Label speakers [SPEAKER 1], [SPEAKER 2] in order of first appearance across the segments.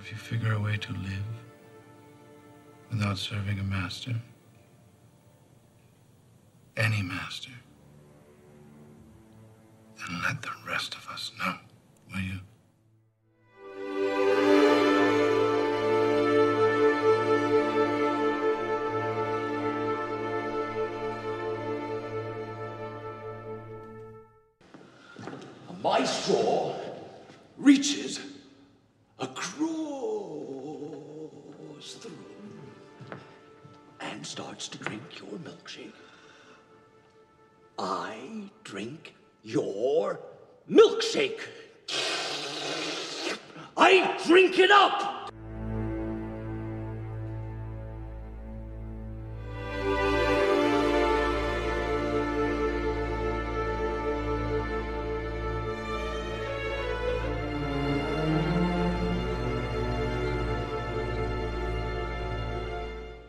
[SPEAKER 1] figure a way to live without serving a master? Any master? Then let the rest of us know, will you?
[SPEAKER 2] My straw reaches across the room and starts to drink your milkshake. I drink your milkshake. I drink it up!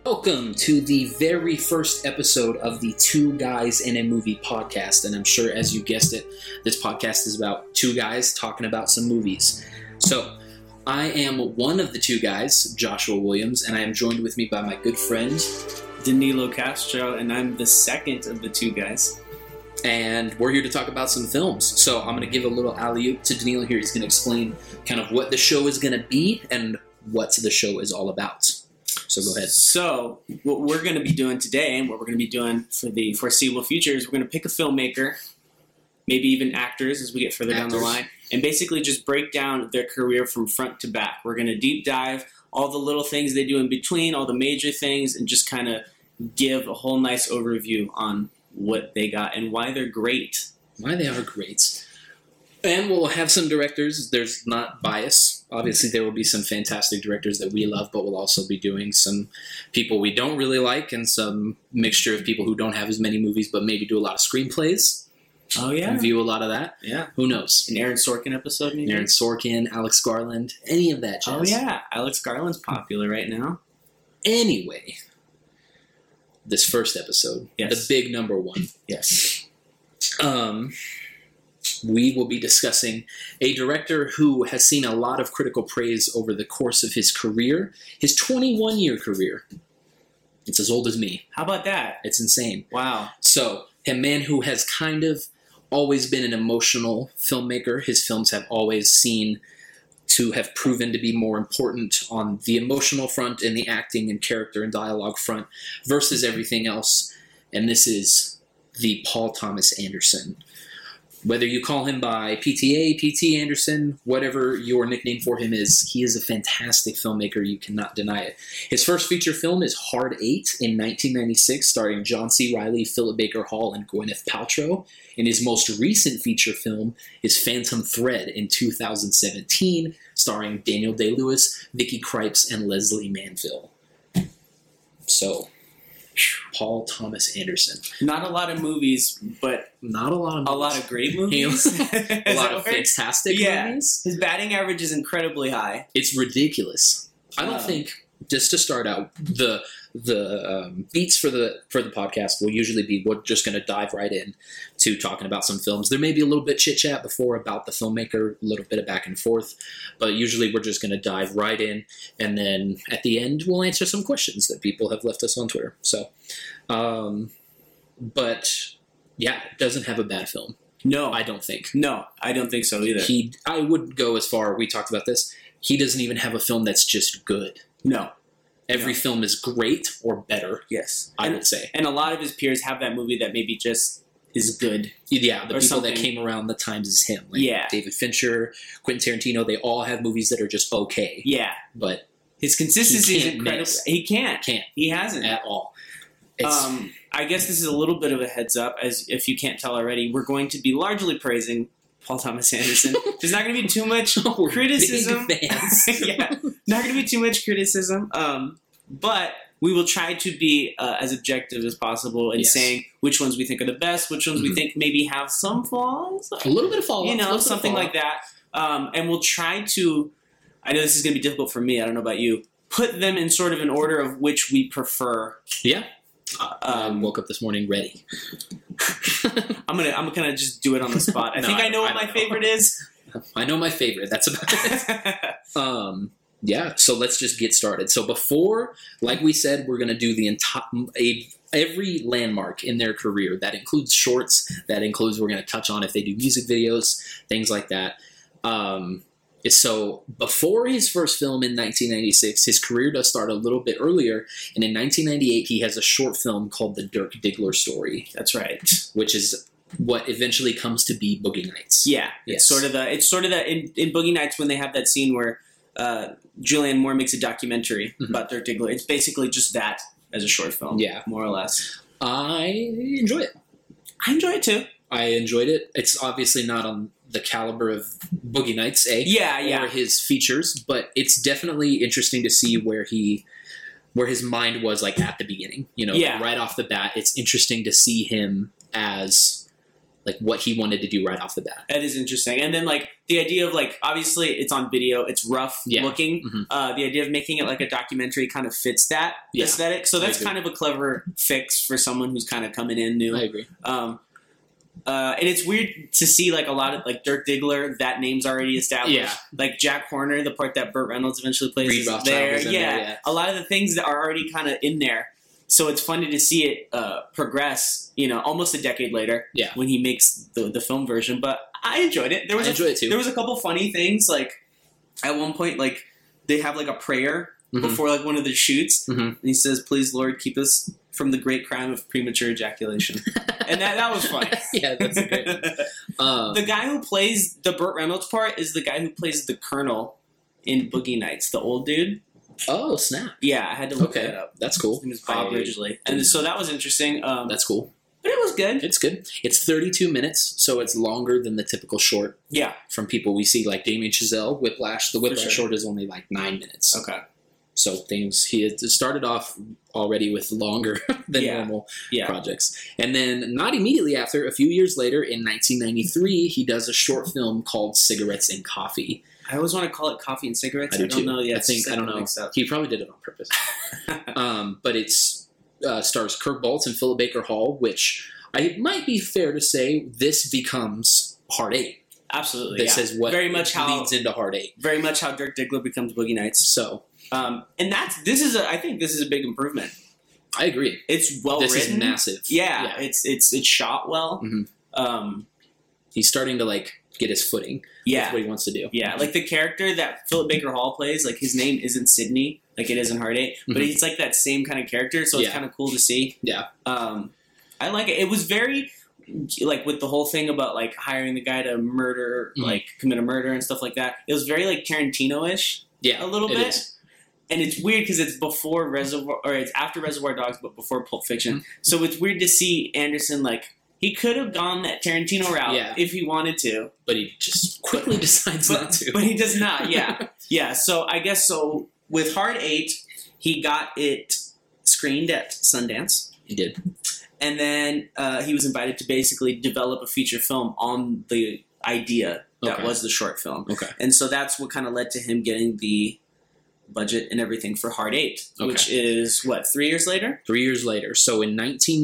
[SPEAKER 3] Welcome to the very first episode of the Two Guys in a Movie podcast. And I'm sure, as you guessed it, this podcast is about two guys talking about some movies. So, I am one of the two guys, Joshua Williams, and I am joined with me by my good friend,
[SPEAKER 4] Danilo Castro, and I'm the second of the two guys.
[SPEAKER 3] and we're here to talk about some films. So, I'm going to give a little alley oop to Danilo here. He's going to explain kind of what the show is going to be and what the show is all about. So, go ahead.
[SPEAKER 4] So, what we're going to be doing today, and what we're going to be doing for the foreseeable future, is we're going to pick a filmmaker, maybe even actors as we get further down
[SPEAKER 3] Actors.
[SPEAKER 4] the line, and basically just break down their career from front to back. We're going to deep dive all the little things they do in between, all the major things, and just kind of give a whole nice overview on what they got and why they're great.
[SPEAKER 3] why they are great. And we'll have some directors. There's not bias. Obviously, there will be some fantastic directors that we love, but we'll also be doing some people we don't really like and some mixture of people who don't have as many movies, but maybe do a lot of screenplays
[SPEAKER 4] Oh
[SPEAKER 3] and view a lot of that.
[SPEAKER 4] yeah.
[SPEAKER 3] Who knows?
[SPEAKER 4] An Aaron Sorkin episode, maybe.
[SPEAKER 3] Aaron Sorkin, Alex Garland, any of that jazz.
[SPEAKER 4] Oh yeah, Alex Garland's popular right now.
[SPEAKER 3] Anyway, this first episode,
[SPEAKER 4] Yes.
[SPEAKER 3] the big number one.
[SPEAKER 4] Yes.
[SPEAKER 3] um, we will be discussing a director who has seen a lot of critical praise over the course of his career, his 21 year career. It's as old as me.
[SPEAKER 4] How about that?
[SPEAKER 3] It's insane.
[SPEAKER 4] Wow.
[SPEAKER 3] So, a man who has kind of always been an emotional filmmaker, his films have always seen to have proven to be more important on the emotional front and the acting and character and dialogue front versus everything else. And this is the Paul Thomas Anderson. Whether you call him by PTA, PT Anderson, whatever your nickname for him is, he is a fantastic filmmaker. You cannot deny it. His first feature film is Hard Eight in 1996, starring John C. Riley, Philip Baker Hall, and Gwyneth Paltrow. And his most recent feature film is Phantom Thread in 2017, starring Daniel Day Lewis, Vicky Krieps, and Leslie Manville. So, Paul Thomas Anderson.
[SPEAKER 4] Not a lot of movies, but
[SPEAKER 3] Not a lot of
[SPEAKER 4] a lot of great movies.
[SPEAKER 3] a lot of fantastic
[SPEAKER 4] Yeah.
[SPEAKER 3] movies.
[SPEAKER 4] His batting average is incredibly high.
[SPEAKER 3] It's ridiculous. I don't
[SPEAKER 4] Wow.
[SPEAKER 3] think just to start out the the um, beats for the for the podcast will usually be we're just going to dive right in to talking about some films. There may be a little bit chit chat before about the filmmaker, a little bit of back and forth, but usually we're just going to dive right in, and then at the end we'll answer some questions that people have left us on Twitter. So, um, but yeah, doesn't have a bad film.
[SPEAKER 4] No,
[SPEAKER 3] I don't think.
[SPEAKER 4] no, I don't think so either.
[SPEAKER 3] He, I would go as far. We talked about this. He doesn't even have a film that's just good.
[SPEAKER 4] no,
[SPEAKER 3] Every
[SPEAKER 4] Yeah.
[SPEAKER 3] film is great or better.
[SPEAKER 4] yes,
[SPEAKER 3] I
[SPEAKER 4] and,
[SPEAKER 3] would say.
[SPEAKER 4] and a lot of his peers have that movie that maybe just is good.
[SPEAKER 3] Yeah, the
[SPEAKER 4] Or
[SPEAKER 3] people
[SPEAKER 4] something.
[SPEAKER 3] that came around the times as him, like
[SPEAKER 4] Yeah.
[SPEAKER 3] David Fincher, Quentin Tarantino, they all have movies that are just okay,
[SPEAKER 4] Yeah,
[SPEAKER 3] but
[SPEAKER 4] his consistency is
[SPEAKER 3] can't
[SPEAKER 4] incredible.
[SPEAKER 3] miss.
[SPEAKER 4] He can't.
[SPEAKER 3] can't
[SPEAKER 4] He hasn't.
[SPEAKER 3] at all. It's
[SPEAKER 4] Um, I guess this is a little bit of a heads up, as if you can't tell already, we're going to be largely praising Paul Thomas Anderson. There's not going to be too much
[SPEAKER 3] We're
[SPEAKER 4] criticism.
[SPEAKER 3] big fans.
[SPEAKER 4] yeah, not going to be too much criticism, um, but we will try to be uh, as objective as possible in
[SPEAKER 3] Yes.
[SPEAKER 4] saying which ones we think are the best, which ones we
[SPEAKER 3] Mhm.
[SPEAKER 4] think maybe have some flaws,
[SPEAKER 3] a little bit Oh, of follow,
[SPEAKER 4] you know, something like that. Um, and we'll try to. I know this is going to be difficult for me. I don't know about you. Put them in sort of an order of which we prefer.
[SPEAKER 3] Yeah.
[SPEAKER 4] Uh,
[SPEAKER 3] Um,
[SPEAKER 4] um,
[SPEAKER 3] woke up this morning ready.
[SPEAKER 4] I'm gonna I'm gonna just do it on the spot. I
[SPEAKER 3] No,
[SPEAKER 4] think
[SPEAKER 3] I
[SPEAKER 4] I know
[SPEAKER 3] don't-
[SPEAKER 4] what
[SPEAKER 3] I
[SPEAKER 4] my
[SPEAKER 3] don't know.
[SPEAKER 4] favorite is.
[SPEAKER 3] I know my favorite. That's about it. Um, yeah so let's just get started so before like we said we're going to do the entire a every landmark in their career that includes shorts that includes we're going to touch on if they do music videos things like that um, so before his first film in 1996 his career does start a little bit earlier and in 1998 he has a short film called the dirk diggler story
[SPEAKER 4] That's right.
[SPEAKER 3] which is what eventually comes to be boogie nights
[SPEAKER 4] Yeah,
[SPEAKER 3] Yes.
[SPEAKER 4] it's sort of the it's sort of the in, in Boogie Nights when they have that scene where uh, Julianne Moore makes a documentary
[SPEAKER 3] Mhm.
[SPEAKER 4] about Dirk Diggler. It's basically just that as a short film.
[SPEAKER 3] Yeah.
[SPEAKER 4] more or less.
[SPEAKER 3] i enjoy it
[SPEAKER 4] I enjoy it too.
[SPEAKER 3] i enjoyed it it's obviously not on the caliber of boogie nights eh?
[SPEAKER 4] Yeah,
[SPEAKER 3] or
[SPEAKER 4] yeah,
[SPEAKER 3] his features, but it's definitely interesting to see where he where his mind was like at the beginning. You know,
[SPEAKER 4] Yeah.
[SPEAKER 3] right off the bat, it's interesting to see him as like what he wanted to do right off the bat.
[SPEAKER 4] that is interesting. And then like the idea of like obviously it's on video, it's rough
[SPEAKER 3] Yeah.
[SPEAKER 4] looking.
[SPEAKER 3] Mhm.
[SPEAKER 4] Uh, the idea of making it like a documentary kind of fits that
[SPEAKER 3] Yeah.
[SPEAKER 4] aesthetic. So
[SPEAKER 3] I
[SPEAKER 4] that's
[SPEAKER 3] agree.
[SPEAKER 4] kind of a clever fix for someone who's kind of coming in new.
[SPEAKER 3] I agree.
[SPEAKER 4] Um, uh, and it's weird to see like a lot of like Dirk Diggler, that name's already established.
[SPEAKER 3] Yeah.
[SPEAKER 4] Like Jack Horner, the part that Burt Reynolds eventually plays
[SPEAKER 3] Reed
[SPEAKER 4] is
[SPEAKER 3] Rothschild
[SPEAKER 4] there.
[SPEAKER 3] is in
[SPEAKER 4] yeah.
[SPEAKER 3] there, yeah.
[SPEAKER 4] a lot of the things that are already kind of in there. So it's funny to see it uh, progress. You know, almost a decade later.
[SPEAKER 3] Yeah.
[SPEAKER 4] When he makes the, the film version, but I enjoyed it. There was
[SPEAKER 3] I
[SPEAKER 4] a
[SPEAKER 3] enjoy it too.
[SPEAKER 4] there was a couple funny things like at one point like they have like a prayer
[SPEAKER 3] Mhm.
[SPEAKER 4] before like one of the shoots
[SPEAKER 3] Mhm.
[SPEAKER 4] and he says please lord keep us from the great crime of premature ejaculation and that, that was funny
[SPEAKER 3] yeah, that's a great. one. Um,
[SPEAKER 4] the guy who plays the burt reynolds part is the guy who plays the colonel in boogie nights the old dude
[SPEAKER 3] oh snap!
[SPEAKER 4] yeah i had to look
[SPEAKER 3] Okay.
[SPEAKER 4] that up
[SPEAKER 3] That's
[SPEAKER 4] his
[SPEAKER 3] cool.
[SPEAKER 4] name is bob
[SPEAKER 3] I-
[SPEAKER 4] ridgely and so that was interesting um,
[SPEAKER 3] That's cool.
[SPEAKER 4] but it was good
[SPEAKER 3] It's good. It's 32 minutes, so it's longer than the typical short
[SPEAKER 4] yeah
[SPEAKER 3] from people we see, like Damien Chazelle, Whiplash. The Whiplash
[SPEAKER 4] sure.
[SPEAKER 3] short is only like nine minutes.
[SPEAKER 4] okay
[SPEAKER 3] So things he had started off already with longer than
[SPEAKER 4] Yeah.
[SPEAKER 3] normal
[SPEAKER 4] Yeah.
[SPEAKER 3] projects, and then not immediately after, a few years later, in 1993, he does a short film called "Cigarettes and Coffee."
[SPEAKER 4] i always want to call it coffee and cigarettes
[SPEAKER 3] I
[SPEAKER 4] i,
[SPEAKER 3] do
[SPEAKER 4] don't
[SPEAKER 3] too.
[SPEAKER 4] know yeah
[SPEAKER 3] I
[SPEAKER 4] it's
[SPEAKER 3] think
[SPEAKER 4] just
[SPEAKER 3] I don't
[SPEAKER 4] like
[SPEAKER 3] know.
[SPEAKER 4] mixed up.
[SPEAKER 3] He probably did it on purpose. um, but it's uh, stars Kirk Baltz and Philip Baker Hall, which I it might be fair to say this becomes Heart Eight.
[SPEAKER 4] absolutely
[SPEAKER 3] This
[SPEAKER 4] yeah.
[SPEAKER 3] is what
[SPEAKER 4] Very much how-
[SPEAKER 3] leads into Heart Eight.
[SPEAKER 4] very much how dirk diggler becomes boogie nights
[SPEAKER 3] So
[SPEAKER 4] Um, and that's this is a, I think this is a big improvement.
[SPEAKER 3] I agree.
[SPEAKER 4] It's well
[SPEAKER 3] this
[SPEAKER 4] written.
[SPEAKER 3] is massive.
[SPEAKER 4] Oh, Yeah, it's it's it's shot well.
[SPEAKER 3] Mhm.
[SPEAKER 4] Um,
[SPEAKER 3] he's starting to like get his footing.
[SPEAKER 4] yeah,
[SPEAKER 3] That's what he wants to do.
[SPEAKER 4] yeah. Like the character that Philip Baker Hall plays, like his name isn't Sydney, like it is in Heart 8 but
[SPEAKER 3] Mhm.
[SPEAKER 4] he's like that same kind of character. So
[SPEAKER 3] Yeah.
[SPEAKER 4] it's kind of cool to see.
[SPEAKER 3] Yeah.
[SPEAKER 4] Um, I like it. It was very like with the whole thing about like hiring the guy to murder,
[SPEAKER 3] Mhm.
[SPEAKER 4] like commit a murder and stuff like that. It was very like Tarantino ish.
[SPEAKER 3] Yeah,
[SPEAKER 4] a little
[SPEAKER 3] it
[SPEAKER 4] bit.
[SPEAKER 3] is.
[SPEAKER 4] And it's weird because it's before Reservoir, or it's after Reservoir Dogs, but before Pulp Fiction.
[SPEAKER 3] Hmm.
[SPEAKER 4] So it's weird to see Anderson like he could have gone that Tarantino route
[SPEAKER 3] Yeah.
[SPEAKER 4] if he wanted to,
[SPEAKER 3] but he just quickly decides
[SPEAKER 4] but,
[SPEAKER 3] not to.
[SPEAKER 4] but he does not. Yeah, yeah. So I guess so with Hard Eight, he got it screened at Sundance,
[SPEAKER 3] he did.
[SPEAKER 4] and then uh, he was invited to basically develop a feature film on the idea that
[SPEAKER 3] Okay.
[SPEAKER 4] was the short film.
[SPEAKER 3] Okay.
[SPEAKER 4] And so that's what kind of led to him getting the budget and everything for Hard Eight,
[SPEAKER 3] Okay.
[SPEAKER 4] which is what three years later.
[SPEAKER 3] Three years later, so in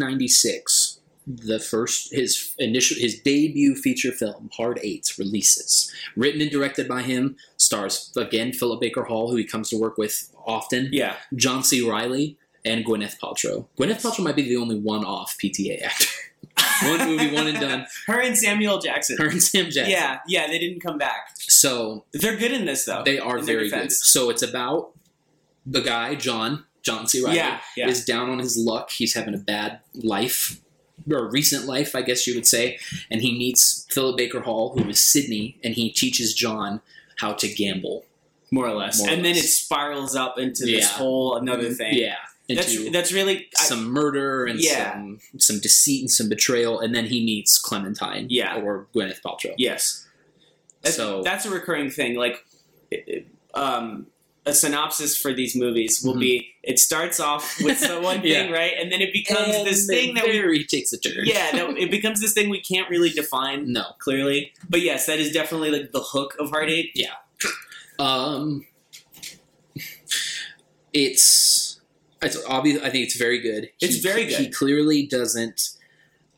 [SPEAKER 3] 1996, the first his initial his debut feature film, Hard Eight, releases. Written and directed by him, stars again Philip Baker Hall, who he comes to work with often,
[SPEAKER 4] Yeah,
[SPEAKER 3] John C. Riley, and Gwyneth Paltrow. Gwyneth Paltrow might be the only one-off PTA actor. one movie, one and done.
[SPEAKER 4] Her and Samuel Jackson.
[SPEAKER 3] Her and Sam Jackson.
[SPEAKER 4] Yeah, yeah, they didn't come back.
[SPEAKER 3] So
[SPEAKER 4] They're good in this though.
[SPEAKER 3] They are
[SPEAKER 4] Oh, in their
[SPEAKER 3] very good.
[SPEAKER 4] defense.
[SPEAKER 3] So it's about the guy John John C. Riley
[SPEAKER 4] Yeah, yeah.
[SPEAKER 3] is down on his luck. He's having a bad life or recent life, I guess you would say, and he meets Philip Baker Hall, who is Sydney, and he teaches John how to gamble.
[SPEAKER 4] more or less.
[SPEAKER 3] More or
[SPEAKER 4] and then
[SPEAKER 3] less.
[SPEAKER 4] it spirals up into
[SPEAKER 3] Yeah.
[SPEAKER 4] this whole another thing.
[SPEAKER 3] Yeah,
[SPEAKER 4] that's
[SPEAKER 3] into
[SPEAKER 4] that's really I-
[SPEAKER 3] some murder and
[SPEAKER 4] Yeah.
[SPEAKER 3] some some deceit and some betrayal, and then he meets Clementine,
[SPEAKER 4] Yeah.
[SPEAKER 3] or Gwyneth Paltrow.
[SPEAKER 4] yes. That's,
[SPEAKER 3] So-
[SPEAKER 4] that's a recurring thing. Like, it- it- um, a synopsis for these movies will
[SPEAKER 3] Mhm.
[SPEAKER 4] be: it starts off with the one
[SPEAKER 3] Yeah.
[SPEAKER 4] thing, right, and then it becomes this thing that we
[SPEAKER 3] very takes a turn.
[SPEAKER 4] yeah, that, it becomes this thing we can't really define
[SPEAKER 3] no,
[SPEAKER 4] clearly. But yes, that is definitely like the hook of heartache.
[SPEAKER 3] Um, it's it's obvious. I think it's very good.
[SPEAKER 4] It's very good.
[SPEAKER 3] He clearly doesn't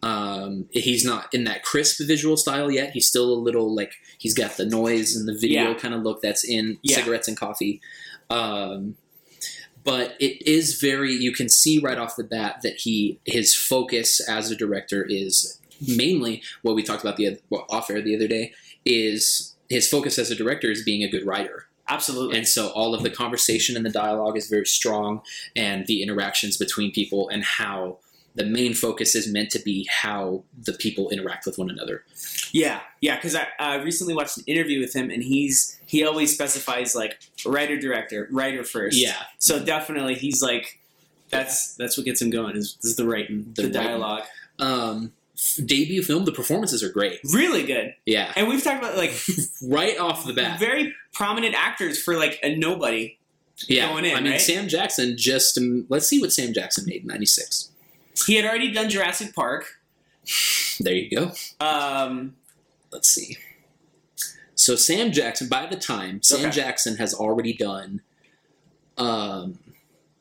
[SPEAKER 3] Um, he's not in that crisp visual style yet. He's still a little like he's got the noise and the video
[SPEAKER 4] Yeah.
[SPEAKER 3] kind of look that's in
[SPEAKER 4] Yeah.
[SPEAKER 3] cigarettes and coffee. Um, but it is very you can see right off the bat that he his focus as a director is mainly what we talked about the oth- well, off air the other day is his focus as a director is being a good writer
[SPEAKER 4] Absolutely.
[SPEAKER 3] and so all of the conversation and the dialogue is very strong, and the interactions between people and how the main focus is meant to be how the people interact with one another.
[SPEAKER 4] Yeah, yeah. Because I, I recently watched an interview with him, and he's he always specifies like writer director, writer first.
[SPEAKER 3] Yeah.
[SPEAKER 4] So definitely, he's like, that's that's what gets him going is, is the writing,
[SPEAKER 3] The
[SPEAKER 4] the,
[SPEAKER 3] writing.
[SPEAKER 4] dialogue.
[SPEAKER 3] Um, f- debut film, the performances are great.
[SPEAKER 4] Really good.
[SPEAKER 3] Yeah,
[SPEAKER 4] And we've talked about like
[SPEAKER 3] right off the bat.
[SPEAKER 4] very prominent actors for like a nobody.
[SPEAKER 3] Yeah,
[SPEAKER 4] going in,
[SPEAKER 3] I mean
[SPEAKER 4] right?
[SPEAKER 3] Sam Jackson just um, let's see what Sam Jackson made in '96.
[SPEAKER 4] He had already done Jurassic Park.
[SPEAKER 3] There you go.
[SPEAKER 4] Um,
[SPEAKER 3] Let's see. So Sam Jackson, by the time Sam
[SPEAKER 4] Okay.
[SPEAKER 3] Jackson has already done, um,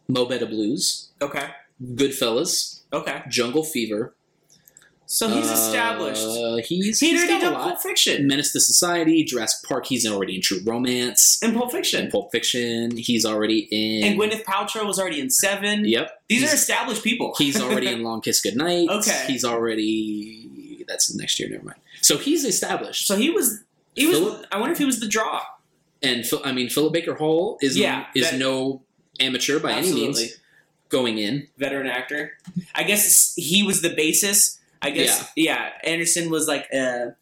[SPEAKER 3] Mo Better Blues,
[SPEAKER 4] okay,
[SPEAKER 3] Goodfellas,
[SPEAKER 4] okay.
[SPEAKER 3] Jungle Fever.
[SPEAKER 4] So he's established.
[SPEAKER 3] Uh, he's
[SPEAKER 4] He'd
[SPEAKER 3] he's
[SPEAKER 4] already
[SPEAKER 3] done a
[SPEAKER 4] done Pulp
[SPEAKER 3] lot.
[SPEAKER 4] Fiction
[SPEAKER 3] Menace to Society, Jurassic Park. He's already in True Romance,
[SPEAKER 4] and Pulp Fiction.
[SPEAKER 3] and Pulp Fiction. He's already in.
[SPEAKER 4] And Gwyneth Paltrow was already in Seven.
[SPEAKER 3] Yep,
[SPEAKER 4] These
[SPEAKER 3] He's-
[SPEAKER 4] are established people.
[SPEAKER 3] he's already in Long Kiss Goodnight.
[SPEAKER 4] Okay.
[SPEAKER 3] he's already. That's next year. Never mind. So he's established,
[SPEAKER 4] So he was. He was.
[SPEAKER 3] Philip-
[SPEAKER 4] I wonder if he was the draw.
[SPEAKER 3] and Phil, I mean Philip Baker Hall is
[SPEAKER 4] Yeah,
[SPEAKER 3] is
[SPEAKER 4] that-
[SPEAKER 3] no amateur by any
[SPEAKER 4] Absolutely.
[SPEAKER 3] means going in.
[SPEAKER 4] Veteran actor. I guess he was the basis. I guess. Yeah. Anderson was like a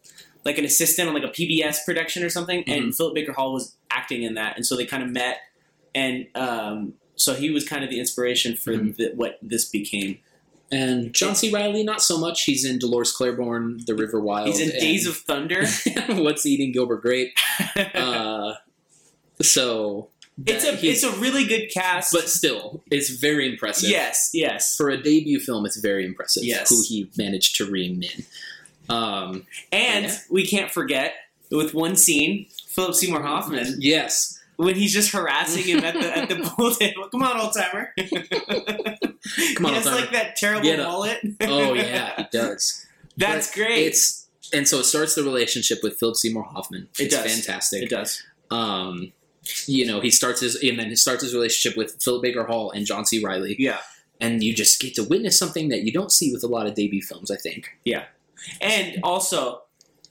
[SPEAKER 4] like an assistant on like a PBS production or something,
[SPEAKER 3] Mm-hmm.
[SPEAKER 4] and Philip Baker Hall was acting in that, and so they kind of met, and um, so he was kind of the inspiration for
[SPEAKER 3] Mhm.
[SPEAKER 4] the, what this became.
[SPEAKER 3] And John C. Riley, not so much. He's in Dolores Claiborne, The River Wild.
[SPEAKER 4] He's in
[SPEAKER 3] and
[SPEAKER 4] Days of Thunder.
[SPEAKER 3] What's Eating Gilbert Grape. Uh, so
[SPEAKER 4] it's
[SPEAKER 3] that
[SPEAKER 4] a
[SPEAKER 3] he's-
[SPEAKER 4] it's a really good cast.
[SPEAKER 3] but still, it's very impressive.
[SPEAKER 4] yes, yes,
[SPEAKER 3] for a debut film, it's very impressive.
[SPEAKER 4] Yes.
[SPEAKER 3] who he managed to ream in. Um,
[SPEAKER 4] and
[SPEAKER 3] Yeah.
[SPEAKER 4] we can't forget with one scene. Philip Seymour Hoffman
[SPEAKER 3] yes,
[SPEAKER 4] when he's just harassing him at the at the pool table. Come on, old timer.
[SPEAKER 3] come on,
[SPEAKER 4] he has
[SPEAKER 3] Alzheimer.
[SPEAKER 4] like that terrible
[SPEAKER 3] Get up.
[SPEAKER 4] mullet.
[SPEAKER 3] oh yeah, he does.
[SPEAKER 4] that's
[SPEAKER 3] But
[SPEAKER 4] great.
[SPEAKER 3] It's and so it starts the relationship with Philip Seymour Hoffman.
[SPEAKER 4] It
[SPEAKER 3] it's
[SPEAKER 4] does.
[SPEAKER 3] fantastic.
[SPEAKER 4] it does.
[SPEAKER 3] Um, you know, he starts his and then he starts his relationship with Philip Baker Hall and John C. Riley,
[SPEAKER 4] Yeah,
[SPEAKER 3] and you just get to witness something that you don't see with a lot of debut films. I think.
[SPEAKER 4] and also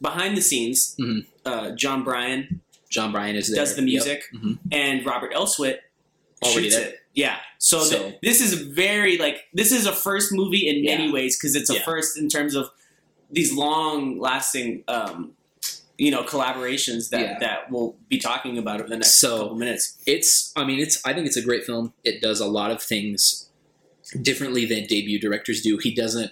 [SPEAKER 4] behind the scenes,
[SPEAKER 3] Mhm.
[SPEAKER 4] uh, John Bryan
[SPEAKER 3] John Bryan is there.
[SPEAKER 4] does the music,
[SPEAKER 3] Yep. Mhm.
[SPEAKER 4] and Robert Elswit
[SPEAKER 3] Already
[SPEAKER 4] shoots
[SPEAKER 3] there.
[SPEAKER 4] it. Yeah, so,
[SPEAKER 3] So-
[SPEAKER 4] th- this is very like this is a first movie in many
[SPEAKER 3] Yeah.
[SPEAKER 4] ways because it's a
[SPEAKER 3] Yeah.
[SPEAKER 4] first in terms of these long lasting. Um, you know collaborations that
[SPEAKER 3] Yeah.
[SPEAKER 4] that we'll be talking about over the next
[SPEAKER 3] So-
[SPEAKER 4] couple minutes.
[SPEAKER 3] it's i mean it's i think it's a great film it does a lot of things differently than debut directors do he doesn't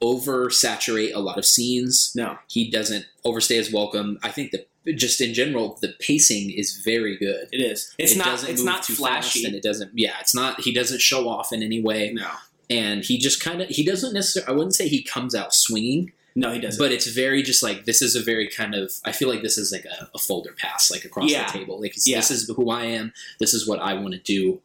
[SPEAKER 3] oversaturate a lot of scenes
[SPEAKER 4] No.
[SPEAKER 3] he doesn't overstay his welcome i think that just in general the pacing is very good
[SPEAKER 4] It is. It's
[SPEAKER 3] It
[SPEAKER 4] not.
[SPEAKER 3] doesn't
[SPEAKER 4] It's
[SPEAKER 3] move
[SPEAKER 4] not
[SPEAKER 3] too fast, and
[SPEAKER 4] flashy.
[SPEAKER 3] it doesn't yeah it's not he doesn't show off in any way
[SPEAKER 4] No,
[SPEAKER 3] and he just kind of he doesn't necessarily i wouldn't say he comes out swinging
[SPEAKER 4] no, he doesn't.
[SPEAKER 3] but it's very just like this is a very kind of i feel like this is like a, a folder pass like across
[SPEAKER 4] Yeah.
[SPEAKER 3] the table like it's-
[SPEAKER 4] Yeah.
[SPEAKER 3] this is who i am this is what i want to do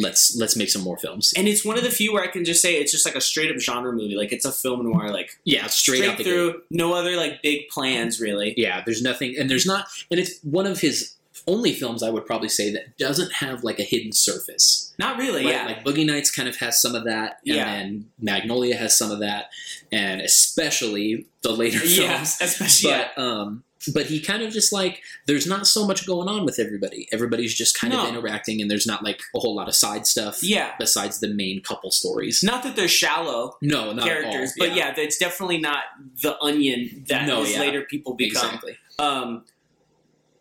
[SPEAKER 3] let's let's make some more films
[SPEAKER 4] and it's one of the few where I can just say it's just like a straight up genre movie. Like it's a film noir. Like
[SPEAKER 3] yeah straight, out the
[SPEAKER 4] through.
[SPEAKER 3] gate
[SPEAKER 4] No other like big plans really.
[SPEAKER 3] yeah there's nothing and there's not and it's one of his only films i would probably say that doesn't have like a hidden surface
[SPEAKER 4] Not really.
[SPEAKER 3] right?
[SPEAKER 4] yeah.
[SPEAKER 3] like boogie nights kind of has some of that and
[SPEAKER 4] Yeah.
[SPEAKER 3] then magnolia has some of that and especially the later
[SPEAKER 4] yeah.
[SPEAKER 3] films
[SPEAKER 4] Especially. yeah.
[SPEAKER 3] but um but he kind of just like there's not so much going on with everybody everybody's just kind
[SPEAKER 4] No.
[SPEAKER 3] of interacting and there's not like a whole lot of side stuff
[SPEAKER 4] Yeah.
[SPEAKER 3] besides the main couple stories
[SPEAKER 4] Not that they're shallow
[SPEAKER 3] no not
[SPEAKER 4] characters,
[SPEAKER 3] at all.
[SPEAKER 4] but yeah, it's definitely not the onion that
[SPEAKER 3] No,
[SPEAKER 4] his
[SPEAKER 3] yeah.
[SPEAKER 4] later people become.
[SPEAKER 3] exactly
[SPEAKER 4] Um,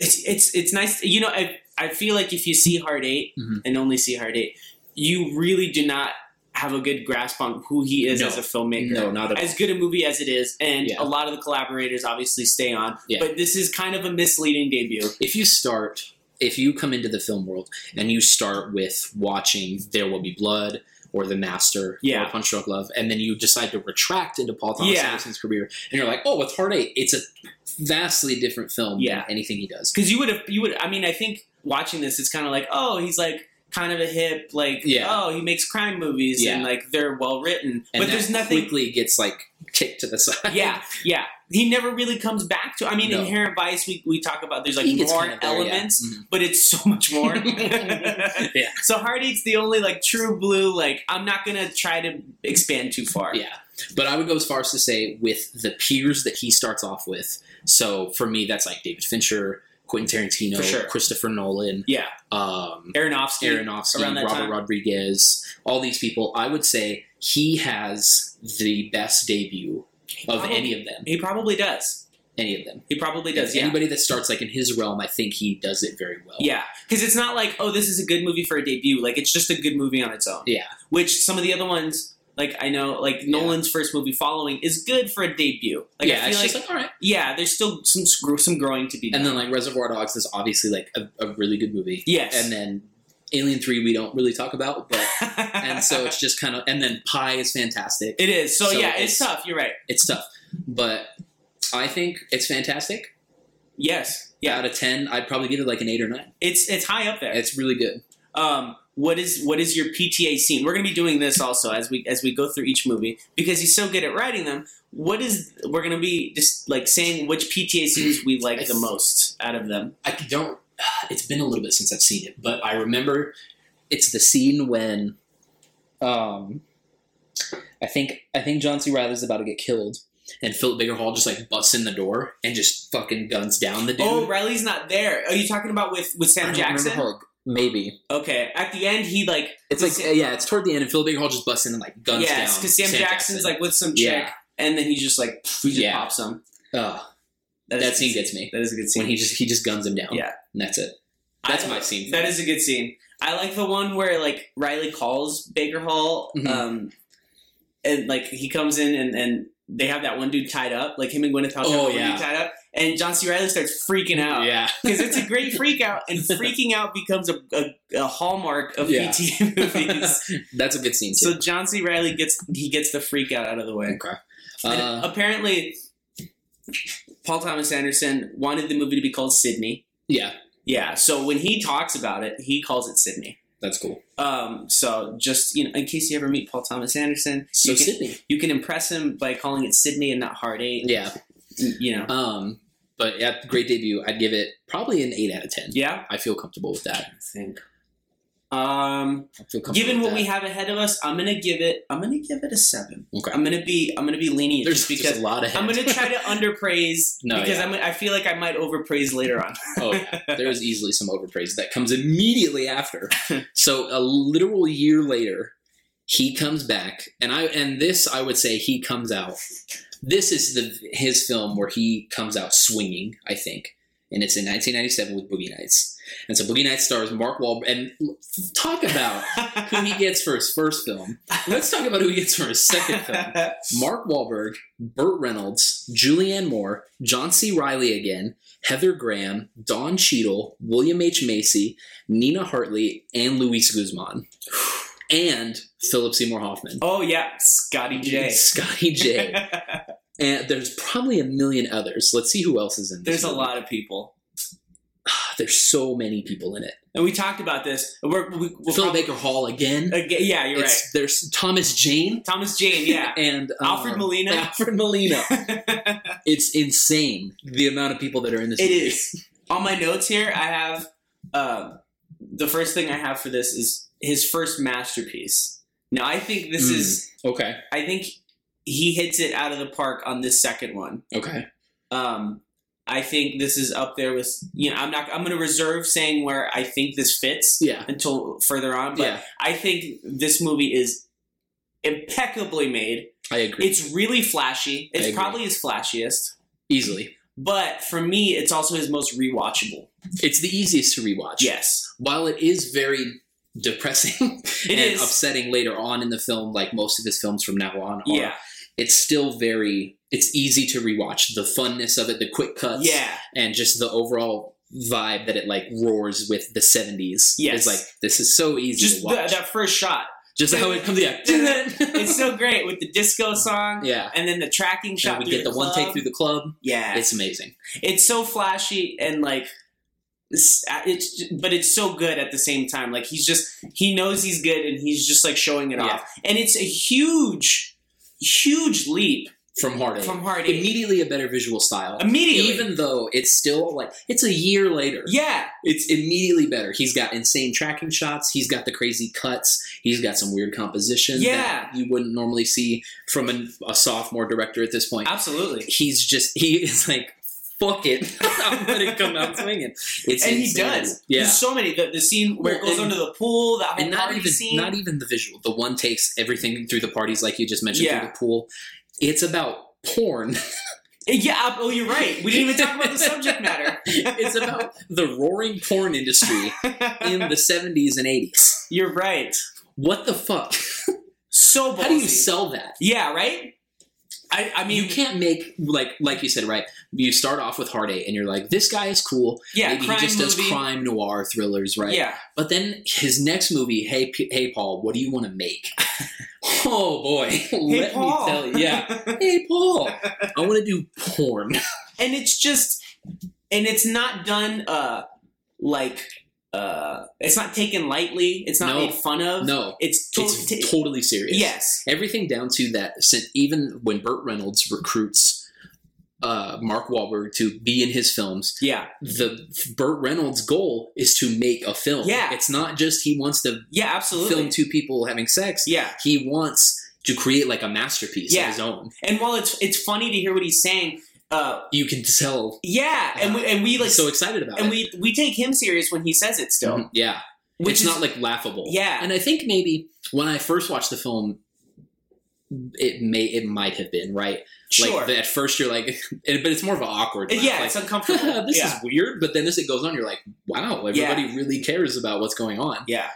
[SPEAKER 4] it's it's it's nice. You know, I I feel like if you see Hard 8
[SPEAKER 3] Mhm.
[SPEAKER 4] and only see Hard Eight, you really do not have a good grasp on who he is
[SPEAKER 3] No.
[SPEAKER 4] as a filmmaker.
[SPEAKER 3] no not at all
[SPEAKER 4] as good a movie as it is, and
[SPEAKER 3] Yeah.
[SPEAKER 4] a lot of the collaborators obviously stay on.
[SPEAKER 3] Yeah.
[SPEAKER 4] But this is kind of a misleading debut.
[SPEAKER 3] if you start if you come into the film world and you start with watching there will be blood or the master
[SPEAKER 4] Yeah.
[SPEAKER 3] or punch drunk love and then you decide to retract into paul thomas
[SPEAKER 4] Yeah.
[SPEAKER 3] anderson's career and you're like oh it's heart eight it's a vastly different film
[SPEAKER 4] Yeah.
[SPEAKER 3] than anything he does
[SPEAKER 4] Because you would have, you would. I mean, I think watching this, it's kind of like, oh, he's like kind of a hip, like
[SPEAKER 3] Yeah.
[SPEAKER 4] oh, he makes crime movies and
[SPEAKER 3] Yeah.
[SPEAKER 4] like they're well written.
[SPEAKER 3] And
[SPEAKER 4] But
[SPEAKER 3] that
[SPEAKER 4] there's nothing
[SPEAKER 3] quickly gets like kicked to the side.
[SPEAKER 4] yeah, yeah. He never really comes back to. I mean,
[SPEAKER 3] No.
[SPEAKER 4] inherent vice. We, we talk about there's like
[SPEAKER 3] He gets
[SPEAKER 4] more
[SPEAKER 3] kinda there, yeah.
[SPEAKER 4] elements,
[SPEAKER 3] Mhm.
[SPEAKER 4] but it's so much more. yeah. So Hard Eight's the only like true blue. Like I'm not gonna try to expand too far.
[SPEAKER 3] Yeah. But I would go as far as to say with the peers that he starts off with. So for me, that's like David Fincher, Quentin Tarantino,
[SPEAKER 4] For sure.
[SPEAKER 3] Christopher Nolan,
[SPEAKER 4] Yeah.
[SPEAKER 3] um,
[SPEAKER 4] Aronofsky.
[SPEAKER 3] Aronofsky,
[SPEAKER 4] Around that
[SPEAKER 3] Robert
[SPEAKER 4] time.
[SPEAKER 3] Rodriguez, all these people. I would say he has the best debut of
[SPEAKER 4] probably-
[SPEAKER 3] any of them.
[SPEAKER 4] He probably does.
[SPEAKER 3] Any of them.
[SPEAKER 4] He probably does.
[SPEAKER 3] If
[SPEAKER 4] Yeah.
[SPEAKER 3] Anybody that starts like in his realm, I think he does it very well.
[SPEAKER 4] Yeah, because it's not like oh, this is a good movie for a debut. Like it's just a good movie on its own.
[SPEAKER 3] Yeah.
[SPEAKER 4] Which some of the other ones, like I know, like Nolan's first movie, Following, is good for a debut. Like
[SPEAKER 3] yeah,
[SPEAKER 4] I feel
[SPEAKER 3] it's
[SPEAKER 4] like,
[SPEAKER 3] just like all right.
[SPEAKER 4] yeah, there's still some screw- some growing to be done.
[SPEAKER 3] And then like Reservoir Dogs is obviously like a, a really good movie.
[SPEAKER 4] yes,
[SPEAKER 3] And then Alien Three we don't really talk about, but and so it's just kind of and then Pie is fantastic.
[SPEAKER 4] it is. So,
[SPEAKER 3] so
[SPEAKER 4] yeah, it's,
[SPEAKER 3] it's-
[SPEAKER 4] tough. You're right.
[SPEAKER 3] It's tough, but I think it's fantastic.
[SPEAKER 4] Yes, yeah,
[SPEAKER 3] Out of ten, I'd probably give it like an eight or nine.
[SPEAKER 4] it's it's high up there.
[SPEAKER 3] It's really good.
[SPEAKER 4] um, what is what is your PTA scene? We're gonna be doing this also as we as we go through each movie because he's so good at writing them. What is we're gonna be just like saying which PTA scenes we like the most out of them?
[SPEAKER 3] I don't. It's been a little bit since I've seen it, but I remember it's the scene when, um, I think I think John C. Riley's about to get killed, and Philip Baker Hall just like busts in the door and just fucking guns down the dude.
[SPEAKER 4] Oh, Riley's not there. Are you talking about with with
[SPEAKER 3] I
[SPEAKER 4] Sam
[SPEAKER 3] don't
[SPEAKER 4] Jackson?
[SPEAKER 3] remember how- maybe
[SPEAKER 4] Okay, at the end he like
[SPEAKER 3] it's like uh, yeah, it's toward the end, and Philip Baker Hall just busts in and like guns down.
[SPEAKER 4] yes because Sam, Jackson's
[SPEAKER 3] Jackson.
[SPEAKER 4] like with some chick
[SPEAKER 3] Yeah.
[SPEAKER 4] and then he just like pff, he just
[SPEAKER 3] Yeah.
[SPEAKER 4] pops him.
[SPEAKER 3] Ugh,
[SPEAKER 4] That, is
[SPEAKER 3] that
[SPEAKER 4] a
[SPEAKER 3] scene
[SPEAKER 4] good
[SPEAKER 3] gets me.
[SPEAKER 4] That is a good scene.
[SPEAKER 3] "Oh, when he just he just guns him down.
[SPEAKER 4] Yeah.
[SPEAKER 3] and that's it. That's
[SPEAKER 4] I-
[SPEAKER 3] my scene.
[SPEAKER 4] That is a good scene. I like the one where like Riley calls Baker Hall,
[SPEAKER 3] Mhm.
[SPEAKER 4] um, and like he comes in and and they have that one dude tied up, like him and Gwyneth Paltrow have
[SPEAKER 3] Oh,
[SPEAKER 4] one
[SPEAKER 3] yeah.
[SPEAKER 4] dude tied up, and John C. Riley starts freaking out
[SPEAKER 3] yeah,
[SPEAKER 4] because it's a great freak out, and freaking out becomes a, a, a hallmark of
[SPEAKER 3] Yeah.
[SPEAKER 4] PT movies.
[SPEAKER 3] that's a good scene too.
[SPEAKER 4] so John C. Riley gets he gets the freak out out of the way.
[SPEAKER 3] okay.
[SPEAKER 4] And
[SPEAKER 3] Uh,
[SPEAKER 4] apparently, Paul Thomas Anderson wanted the movie to be called Sydney.
[SPEAKER 3] yeah,
[SPEAKER 4] Yeah, so when he talks about it, he calls it Sydney.
[SPEAKER 3] that's cool.
[SPEAKER 4] Um, so just you know, in case you ever meet Paul Thomas Anderson,
[SPEAKER 3] So
[SPEAKER 4] you, can,
[SPEAKER 3] Sydney.
[SPEAKER 4] you can impress him by calling it Sydney and not Hard Eight.
[SPEAKER 3] Yeah.
[SPEAKER 4] You know,
[SPEAKER 3] Um, but yeah, great debut. I'd give it probably an eight out of ten.
[SPEAKER 4] yeah.
[SPEAKER 3] I feel comfortable with that.
[SPEAKER 4] I think. Um,
[SPEAKER 3] I feel comfortable.
[SPEAKER 4] given
[SPEAKER 3] with
[SPEAKER 4] what
[SPEAKER 3] that.
[SPEAKER 4] we have ahead of us, I'm gonna give it. I'm gonna give it a seven.
[SPEAKER 3] Okay.
[SPEAKER 4] I'm gonna be. I'm gonna be lenient
[SPEAKER 3] there's
[SPEAKER 4] just
[SPEAKER 3] just
[SPEAKER 4] because.
[SPEAKER 3] a lot of.
[SPEAKER 4] I'm gonna try to underpraise
[SPEAKER 3] No,
[SPEAKER 4] because
[SPEAKER 3] yeah.
[SPEAKER 4] I'm. I feel like I might overpraise later on.
[SPEAKER 3] oh yeah, there is easily some overpraise that comes immediately after. so a literal year later, he comes back, and I and this I would say he comes out. This is the his film where he comes out swinging. I think, and it's in 1997 with Boogie Nights, and so Boogie Nights stars Mark Wahlberg. And talk about who he gets for his first film. Let's talk about who he gets for his second film. Mark Wahlberg, Burt Reynolds, Julianne Moore, John C. Riley again, Heather Graham, Don Cheadle, William H. Macy, Nina Hartley, and Luis Guzman, and Philip Seymour Hoffman.
[SPEAKER 4] oh yeah, Scotty J.
[SPEAKER 3] Scotty J. and there's probably a million others. Let's see who else is in this.
[SPEAKER 4] There's a
[SPEAKER 3] movie.
[SPEAKER 4] lot of people,
[SPEAKER 3] There's so many people in it.
[SPEAKER 4] and we talked about this. We're, we, we're
[SPEAKER 3] Phil
[SPEAKER 4] probably-
[SPEAKER 3] Baker Hall again.
[SPEAKER 4] Again, yeah, you're
[SPEAKER 3] It's- There's Thomas Jane
[SPEAKER 4] right. Thomas Jane, yeah.
[SPEAKER 3] and um,
[SPEAKER 4] Alfred Molina.
[SPEAKER 3] Alfred Molina. it's insane the amount of people that are in this.
[SPEAKER 4] it
[SPEAKER 3] movie.
[SPEAKER 4] is. On my notes here, I have um the first thing I have for this is his first masterpiece. Now, I think this
[SPEAKER 3] Mm.
[SPEAKER 4] is,
[SPEAKER 3] okay.
[SPEAKER 4] I think he hits it out of the park on this second one.
[SPEAKER 3] Okay.
[SPEAKER 4] Um, I think this is up there with, you know, I'm not, I'm going to reserve saying where I think this fits
[SPEAKER 3] Yeah.
[SPEAKER 4] until further on, but
[SPEAKER 3] yeah.
[SPEAKER 4] I think this movie is impeccably made.
[SPEAKER 3] I agree.
[SPEAKER 4] It's really flashy.
[SPEAKER 3] I
[SPEAKER 4] It's
[SPEAKER 3] agree.
[SPEAKER 4] probably his flashiest.
[SPEAKER 3] Easily.
[SPEAKER 4] But for me, it's also his most rewatchable.
[SPEAKER 3] It's the easiest to rewatch.
[SPEAKER 4] Yes.
[SPEAKER 3] While it is very depressing
[SPEAKER 4] It
[SPEAKER 3] and
[SPEAKER 4] is.
[SPEAKER 3] upsetting later on in the film, like most of his films from now on are,
[SPEAKER 4] Yeah.
[SPEAKER 3] it's still very it's easy to rewatch. The funness of it, the quick cuts,
[SPEAKER 4] Yeah.
[SPEAKER 3] and just the overall vibe that it like roars with the seventies.
[SPEAKER 4] Yes.
[SPEAKER 3] It's like this is so easy
[SPEAKER 4] Just
[SPEAKER 3] to
[SPEAKER 4] the,
[SPEAKER 3] watch.
[SPEAKER 4] that first shot.
[SPEAKER 3] just how it comes yeah.
[SPEAKER 4] It's so great with the disco song
[SPEAKER 3] yeah.
[SPEAKER 4] and then the tracking shot.
[SPEAKER 3] And we
[SPEAKER 4] through
[SPEAKER 3] get the one
[SPEAKER 4] club.
[SPEAKER 3] take through the club.
[SPEAKER 4] Yeah.
[SPEAKER 3] It's
[SPEAKER 4] It's,
[SPEAKER 3] amazing.
[SPEAKER 4] so flashy and like It's, it's but it's so good at the same time. Like he's just he knows he's good and he's just like showing it
[SPEAKER 3] Yeah.
[SPEAKER 4] off. And it's a huge, huge leap
[SPEAKER 3] from Heartache.
[SPEAKER 4] from Hardy
[SPEAKER 3] Immediately a better visual style.
[SPEAKER 4] immediately.
[SPEAKER 3] Even though it's still like it's a year later.
[SPEAKER 4] yeah,
[SPEAKER 3] It's immediately better. He's got insane tracking shots. He's got the crazy cuts. He's got some weird composition that
[SPEAKER 4] Yeah.
[SPEAKER 3] you wouldn't normally see from an, a sophomore director at this point.
[SPEAKER 4] absolutely.
[SPEAKER 3] He's just he is like, fuck it, I'm gonna come out swinging. It's
[SPEAKER 4] and he
[SPEAKER 3] insane.
[SPEAKER 4] does.
[SPEAKER 3] Yeah,
[SPEAKER 4] There's so many. The, the scene where it
[SPEAKER 3] Well,
[SPEAKER 4] goes
[SPEAKER 3] and-
[SPEAKER 4] under the pool, that whole
[SPEAKER 3] and not
[SPEAKER 4] party
[SPEAKER 3] even
[SPEAKER 4] scene.
[SPEAKER 3] not even the visual. The one takes everything through the parties, like you just mentioned
[SPEAKER 4] Yeah.
[SPEAKER 3] through the pool. It's about porn.
[SPEAKER 4] yeah. I- Oh, you're right. We didn't even talk about the subject matter.
[SPEAKER 3] it's about the roaring porn industry in the 70s and 80s.
[SPEAKER 4] you're right.
[SPEAKER 3] What the fuck?
[SPEAKER 4] So ballsy.
[SPEAKER 3] How do you sell that?
[SPEAKER 4] Yeah. Right. I. I mean.
[SPEAKER 3] you can't make like like you said, right? You start off with Heartache, and you're like, this guy is cool.
[SPEAKER 4] Yeah.
[SPEAKER 3] Maybe
[SPEAKER 4] crime
[SPEAKER 3] he just
[SPEAKER 4] movie.
[SPEAKER 3] does crime noir thrillers, right?
[SPEAKER 4] Yeah.
[SPEAKER 3] But then his next movie, Hey P- Hey Paul, what do you want to make? oh boy, let
[SPEAKER 4] Paul.
[SPEAKER 3] me tell you, yeah. hey Paul, I want to do porn.
[SPEAKER 4] and it's just and it's not done uh like uh it's not taken lightly it's not
[SPEAKER 3] No.
[SPEAKER 4] made fun of
[SPEAKER 3] No,
[SPEAKER 4] it's, to-
[SPEAKER 3] it's
[SPEAKER 4] t-
[SPEAKER 3] totally serious.
[SPEAKER 4] yes
[SPEAKER 3] everything down to that. sin- Even when Burt Reynolds recruits uh, Mark Wahlberg to be in his films,
[SPEAKER 4] yeah
[SPEAKER 3] the Burt Reynolds' goal is to make a film.
[SPEAKER 4] Yeah.
[SPEAKER 3] it's not just he wants to
[SPEAKER 4] yeah absolutely
[SPEAKER 3] film two people having sex.
[SPEAKER 4] yeah
[SPEAKER 3] He wants to create like a masterpiece
[SPEAKER 4] Yeah.
[SPEAKER 3] of his own.
[SPEAKER 4] and while it's it's funny to hear what he's saying uh
[SPEAKER 3] You can tell.
[SPEAKER 4] yeah and we and we like
[SPEAKER 3] He's so excited about
[SPEAKER 4] and
[SPEAKER 3] it.
[SPEAKER 4] we we take him serious when he says it still
[SPEAKER 3] Mhm, yeah,
[SPEAKER 4] which
[SPEAKER 3] it's
[SPEAKER 4] is
[SPEAKER 3] not like laughable.
[SPEAKER 4] Yeah.
[SPEAKER 3] and I think maybe when I first watched the film, it may it might have been right.
[SPEAKER 4] sure Uh,
[SPEAKER 3] Like at first you're like, and- but it's more of an awkward. Laugh.
[SPEAKER 4] yeah
[SPEAKER 3] like,
[SPEAKER 4] it's uncomfortable
[SPEAKER 3] this
[SPEAKER 4] yeah
[SPEAKER 3] is weird. But then as it goes on, you're like, wow, everybody really cares about what's going on.
[SPEAKER 4] yeah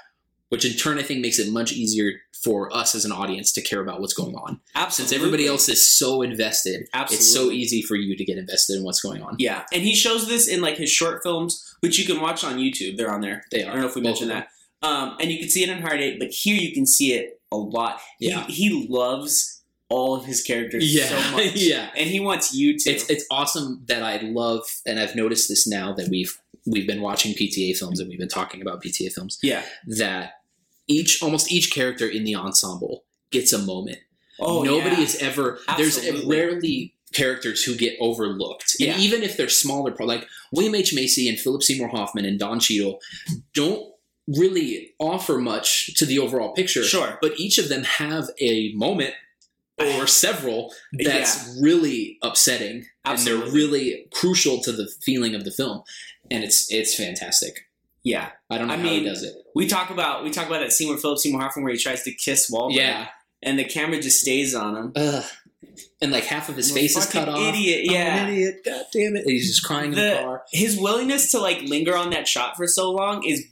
[SPEAKER 3] Which in turn, I think makes it much easier for us as an audience to care about what's going on. Since
[SPEAKER 4] absolutely
[SPEAKER 3] everybody else is so invested,
[SPEAKER 4] absolutely
[SPEAKER 3] it's so easy for you to get invested in what's going on.
[SPEAKER 4] yeah and he shows this in like his short films which you can watch on youtube they're on there
[SPEAKER 3] They are.
[SPEAKER 4] I don't know if we
[SPEAKER 3] Both
[SPEAKER 4] mentioned
[SPEAKER 3] of them.
[SPEAKER 4] that. Um, and you can see it in Heartache, but here you can see it a lot. He-
[SPEAKER 3] Yeah.
[SPEAKER 4] He, loves all of his characters
[SPEAKER 3] Yeah,
[SPEAKER 4] so much.
[SPEAKER 3] yeah.
[SPEAKER 4] And he wants you to.
[SPEAKER 3] It's it's awesome that I love, and I've noticed this now that we've we've been watching PTA films and we've been talking about PTA films.
[SPEAKER 4] yeah.
[SPEAKER 3] That each almost each character in the ensemble gets a moment.
[SPEAKER 4] Oh,
[SPEAKER 3] nobody
[SPEAKER 4] yeah.
[SPEAKER 3] is ever there's
[SPEAKER 4] Absolutely.
[SPEAKER 3] rarely characters who get overlooked
[SPEAKER 4] Yeah.
[SPEAKER 3] and even if they're smaller pro- like william h macy and philip seymour hoffman and don Cheadle don't really offer much to the overall picture
[SPEAKER 4] Sure.
[SPEAKER 3] but each of them have a moment or several that's really upsetting and
[SPEAKER 4] Absolutely.
[SPEAKER 3] they're really crucial to the feeling of the film and it's it's fantastic
[SPEAKER 4] Yeah.
[SPEAKER 3] i don't know
[SPEAKER 4] I
[SPEAKER 3] how
[SPEAKER 4] mean,
[SPEAKER 3] he does it
[SPEAKER 4] We talk about we talk about that scene where Philip Seymour Hoffman where he tries to kiss Wahlberg.
[SPEAKER 3] yeah
[SPEAKER 4] And the camera just stays on him.
[SPEAKER 3] Ugh. and like half of his
[SPEAKER 4] I'm a
[SPEAKER 3] face is cut
[SPEAKER 4] fucking
[SPEAKER 3] off Uh-huh.
[SPEAKER 4] Oh, Idiot. Yeah.
[SPEAKER 3] I'm an idiot. God damn it. And he's just crying in the
[SPEAKER 4] The-
[SPEAKER 3] car.
[SPEAKER 4] His willingness to like linger on that shot for so long is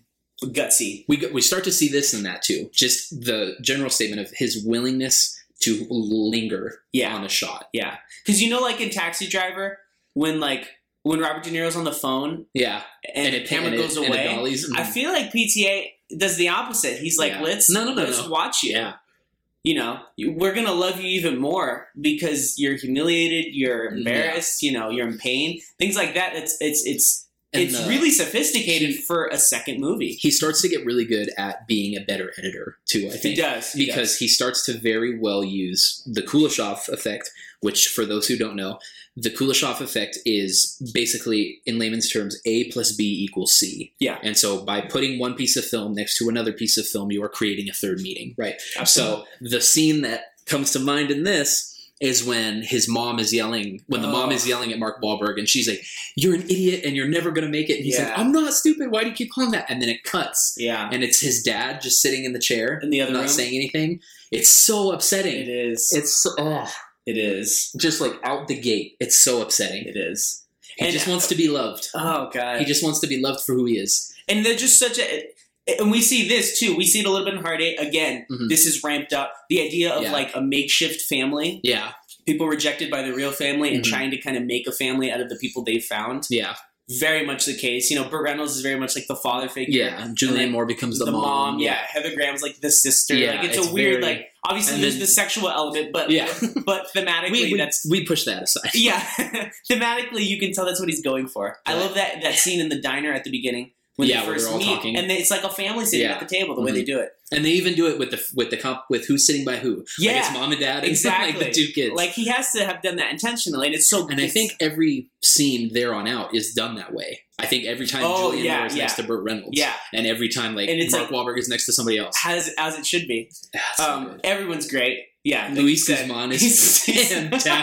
[SPEAKER 4] gutsy.
[SPEAKER 3] We, go- we start to see this and that too. Just the general statement of his willingness to linger
[SPEAKER 4] Yeah.
[SPEAKER 3] on a shot.
[SPEAKER 4] Yeah. Because you know, like in Taxi Driver, when like when Robert De Niro's on the phone
[SPEAKER 3] Yeah.
[SPEAKER 4] and, the
[SPEAKER 3] it-
[SPEAKER 4] camera
[SPEAKER 3] and it-
[SPEAKER 4] goes
[SPEAKER 3] and it
[SPEAKER 4] away,
[SPEAKER 3] dollies and-
[SPEAKER 4] I feel like PTA does the opposite. He's like,
[SPEAKER 3] Yeah.
[SPEAKER 4] let's
[SPEAKER 3] No, no, no,
[SPEAKER 4] let's
[SPEAKER 3] no.
[SPEAKER 4] watch you.
[SPEAKER 3] yeah.
[SPEAKER 4] You know, you- we're gonna love you even more because you're humiliated, you're
[SPEAKER 3] Yeah.
[SPEAKER 4] embarrassed, you know, you're in pain, things like that. It's it's it's
[SPEAKER 3] And
[SPEAKER 4] it's
[SPEAKER 3] the-
[SPEAKER 4] really sophisticated
[SPEAKER 3] he-
[SPEAKER 4] for a second movie.
[SPEAKER 3] He starts to get really good at being a better editor too, I
[SPEAKER 4] He
[SPEAKER 3] think.
[SPEAKER 4] does he
[SPEAKER 3] Because he starts to very well use the Kuleshov effect, which, for those who don't know, the Kuleshov effect is basically, in layman's terms, A plus B equals C.
[SPEAKER 4] Yeah.
[SPEAKER 3] And so by putting one piece of film next to another piece of film, you are creating a third meaning, right?
[SPEAKER 4] does.
[SPEAKER 3] So the scene that comes to mind in this is when his mom is yelling, when the mom
[SPEAKER 4] Oh.
[SPEAKER 3] is yelling at Mark Wahlberg, and she's like, "You're an idiot, and you're never gonna make it." And he's like,
[SPEAKER 4] Yeah.
[SPEAKER 3] "I'm not stupid. Why do you keep calling that?" And then it cuts,
[SPEAKER 4] yeah,
[SPEAKER 3] and it's his dad just sitting in the chair,
[SPEAKER 4] in the other
[SPEAKER 3] not
[SPEAKER 4] room,
[SPEAKER 3] saying anything. It's so upsetting.
[SPEAKER 4] it is,
[SPEAKER 3] It's so, oh,
[SPEAKER 4] it is,
[SPEAKER 3] just like out the gate. It's so upsetting.
[SPEAKER 4] it is.
[SPEAKER 3] He
[SPEAKER 4] And-
[SPEAKER 3] just wants to be loved.
[SPEAKER 4] Oh god,
[SPEAKER 3] He just wants to be loved for who he is.
[SPEAKER 4] and they're just such a and we see this too we see it a little bit in heartache again
[SPEAKER 3] Mhm.
[SPEAKER 4] this is ramped up the idea of
[SPEAKER 3] Yeah.
[SPEAKER 4] like a makeshift family
[SPEAKER 3] Yeah,
[SPEAKER 4] people rejected by the real family and
[SPEAKER 3] Mhm.
[SPEAKER 4] trying to kind of make a family out of the people they found
[SPEAKER 3] yeah.
[SPEAKER 4] very much the case. You know, Burt Reynolds is very much like the father figure.
[SPEAKER 3] Yeah, Julianne
[SPEAKER 4] then
[SPEAKER 3] Moore becomes the,
[SPEAKER 4] the mom. Yeah, Heather Graham's like the sister.
[SPEAKER 3] Yeah,
[SPEAKER 4] like it's,
[SPEAKER 3] it's
[SPEAKER 4] a weird
[SPEAKER 3] very-
[SPEAKER 4] like obviously
[SPEAKER 3] and
[SPEAKER 4] there's
[SPEAKER 3] then-
[SPEAKER 4] the sexual element, but
[SPEAKER 3] yeah.
[SPEAKER 4] but thematically
[SPEAKER 3] we, we,
[SPEAKER 4] that's
[SPEAKER 3] we push that aside.
[SPEAKER 4] yeah thematically you can tell that's what he's going for. I
[SPEAKER 3] Right.
[SPEAKER 4] love that that scene in the diner at the beginning when
[SPEAKER 3] Yeah,
[SPEAKER 4] they
[SPEAKER 3] where
[SPEAKER 4] first
[SPEAKER 3] they're all
[SPEAKER 4] meet,
[SPEAKER 3] talking.
[SPEAKER 4] and they, it's like a family sitting
[SPEAKER 3] Yeah.
[SPEAKER 4] at the table the way
[SPEAKER 3] Mhm.
[SPEAKER 4] they do it.
[SPEAKER 3] And they even do it with the with the comp with who's sitting by who.
[SPEAKER 4] Yeah,
[SPEAKER 3] like it's mom and dad. and,
[SPEAKER 4] exactly.
[SPEAKER 3] like the two kids.
[SPEAKER 4] Like he has to have done that intentionally, and it's so.
[SPEAKER 3] and I
[SPEAKER 4] it's-
[SPEAKER 3] think every scene there on out is done that way. I think every time
[SPEAKER 4] Oh,
[SPEAKER 3] Julianne
[SPEAKER 4] yeah,
[SPEAKER 3] Moore is next
[SPEAKER 4] yeah.
[SPEAKER 3] to Burt Reynolds,
[SPEAKER 4] yeah,
[SPEAKER 3] and every time like
[SPEAKER 4] And it's
[SPEAKER 3] Mark Wahlberg is next to somebody else.
[SPEAKER 4] as as it should be.
[SPEAKER 3] That's so
[SPEAKER 4] Um,
[SPEAKER 3] good.
[SPEAKER 4] everyone's great. Yeah, like
[SPEAKER 3] Luis
[SPEAKER 4] you said.
[SPEAKER 3] Guzman is
[SPEAKER 4] He's-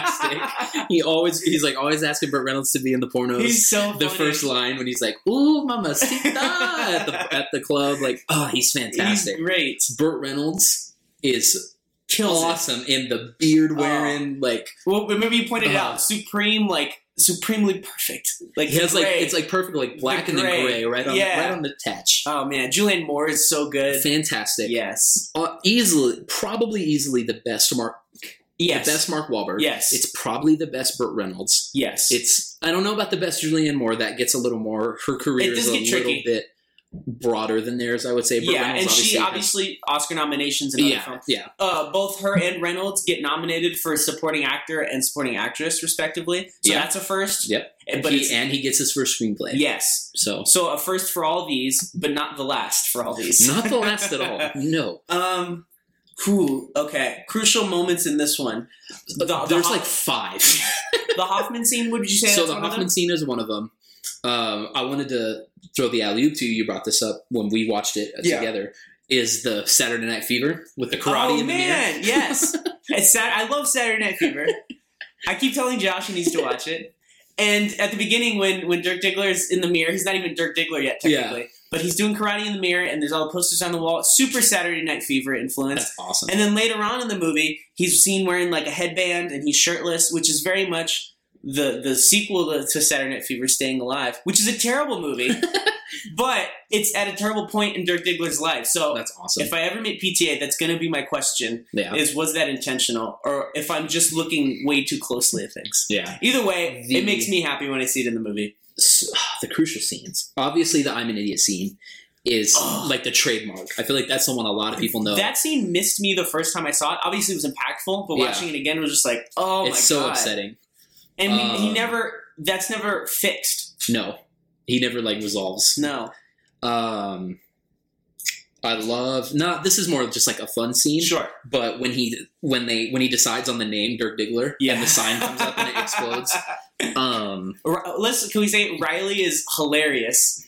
[SPEAKER 3] fantastic. He always he's like always asking Burt Reynolds to be in the pornos.
[SPEAKER 4] He's so
[SPEAKER 3] the
[SPEAKER 4] funny.
[SPEAKER 3] first line when he's like, "Ooh, mamacita!" at the at the club, like, oh, he's fantastic.
[SPEAKER 4] He's great.
[SPEAKER 3] Burt Reynolds is
[SPEAKER 4] Kills it.
[SPEAKER 3] awesome in the
[SPEAKER 4] Oh.
[SPEAKER 3] beard wearing, like
[SPEAKER 4] Well, remember you pointed it
[SPEAKER 3] Ugh.
[SPEAKER 4] out supreme, like supremely perfect. Like
[SPEAKER 3] Uh-huh. he has like
[SPEAKER 4] gray.
[SPEAKER 3] it's like perfect, like black
[SPEAKER 4] The
[SPEAKER 3] and then
[SPEAKER 4] gray.
[SPEAKER 3] gray, right on
[SPEAKER 4] Yeah.
[SPEAKER 3] right on the touch.
[SPEAKER 4] oh man, Julianne Moore is so good.
[SPEAKER 3] Fantastic.
[SPEAKER 4] Yes,
[SPEAKER 3] Uh, easily, probably easily the best Mark,
[SPEAKER 4] yes,
[SPEAKER 3] the best Mark Wahlberg.
[SPEAKER 4] Yes.
[SPEAKER 3] it's probably the best Burt Reynolds.
[SPEAKER 4] yes.
[SPEAKER 3] It's I don't know about the best Julianne Moore. That gets a little more. Her career
[SPEAKER 4] It
[SPEAKER 3] is
[SPEAKER 4] does
[SPEAKER 3] a
[SPEAKER 4] get
[SPEAKER 3] little
[SPEAKER 4] tricky.
[SPEAKER 3] bit broader than theirs. I would say. Burt
[SPEAKER 4] yeah,
[SPEAKER 3] Reynolds
[SPEAKER 4] and she
[SPEAKER 3] has-
[SPEAKER 4] obviously Oscar nominations and other
[SPEAKER 3] Yeah,
[SPEAKER 4] films.
[SPEAKER 3] yeah,
[SPEAKER 4] Uh, both her and Reynolds get nominated for supporting actor and supporting actress respectively. So
[SPEAKER 3] Yeah.
[SPEAKER 4] that's a first.
[SPEAKER 3] Yep.
[SPEAKER 4] But
[SPEAKER 3] he,
[SPEAKER 4] it's,
[SPEAKER 3] and he gets his first screenplay.
[SPEAKER 4] yes,
[SPEAKER 3] So
[SPEAKER 4] So a first for all these, but not the last for all these.
[SPEAKER 3] not the last at all. No,
[SPEAKER 4] um, who? Okay, crucial moments in this one. The, the
[SPEAKER 3] there's
[SPEAKER 4] Hoff-
[SPEAKER 3] like five.
[SPEAKER 4] the Hoffman scene. Would you say?
[SPEAKER 3] so
[SPEAKER 4] that's
[SPEAKER 3] the
[SPEAKER 4] one of
[SPEAKER 3] Hoffman
[SPEAKER 4] them?
[SPEAKER 3] scene is one of them. Um, I wanted to throw the alley oop to you. You brought this up when we watched it uh,
[SPEAKER 4] Yeah.
[SPEAKER 3] together. Is the Saturday Night Fever with the karate
[SPEAKER 4] Oh
[SPEAKER 3] in the mirror?
[SPEAKER 4] man, yes. It's Sat- I love Saturday Night Fever. I keep telling Josh he needs to watch it. And at the beginning, when when Dirk Diggler is in the mirror, he's not even Dirk Diggler yet
[SPEAKER 3] Yeah.
[SPEAKER 4] technically, but he's doing karate in the mirror, and there's all the posters on the wall. Super Saturday Night Fever influence.
[SPEAKER 3] That's awesome.
[SPEAKER 4] And then later on in the movie, he's seen wearing like a headband and he's shirtless, which is very much the the sequel to, to Saturday Night Fever, Staying Alive, which is a terrible movie, but it's at a terrible point in Dirk Diggler's life. So
[SPEAKER 3] That's awesome.
[SPEAKER 4] if I ever meet PTA, that's going to be my question:
[SPEAKER 3] yeah,
[SPEAKER 4] is was that intentional, or if I'm just looking way too closely at things?
[SPEAKER 3] yeah.
[SPEAKER 4] Either way,
[SPEAKER 3] The-
[SPEAKER 4] it makes me happy when I see it in the movie.
[SPEAKER 3] So, the crucial scenes. Obviously, the I'm an idiot scene is
[SPEAKER 4] Oh.
[SPEAKER 3] like the trademark. I feel like that's the one a lot of people know.
[SPEAKER 4] That scene missed me the first time I saw it. Obviously, it was impactful, but
[SPEAKER 3] Yeah.
[SPEAKER 4] watching it again was just like, oh my
[SPEAKER 3] it's so
[SPEAKER 4] god!
[SPEAKER 3] upsetting.
[SPEAKER 4] And we, he
[SPEAKER 3] Um,
[SPEAKER 4] never. That's never fixed.
[SPEAKER 3] No, he never like resolves.
[SPEAKER 4] No.
[SPEAKER 3] Um, I love not. This is more just like a fun scene.
[SPEAKER 4] Sure.
[SPEAKER 3] But when he when they when he decides on the name Dirk Diggler,
[SPEAKER 4] Yeah.
[SPEAKER 3] and the sign comes up and it explodes. Um,
[SPEAKER 4] R- Let's can we say Riley is hilarious.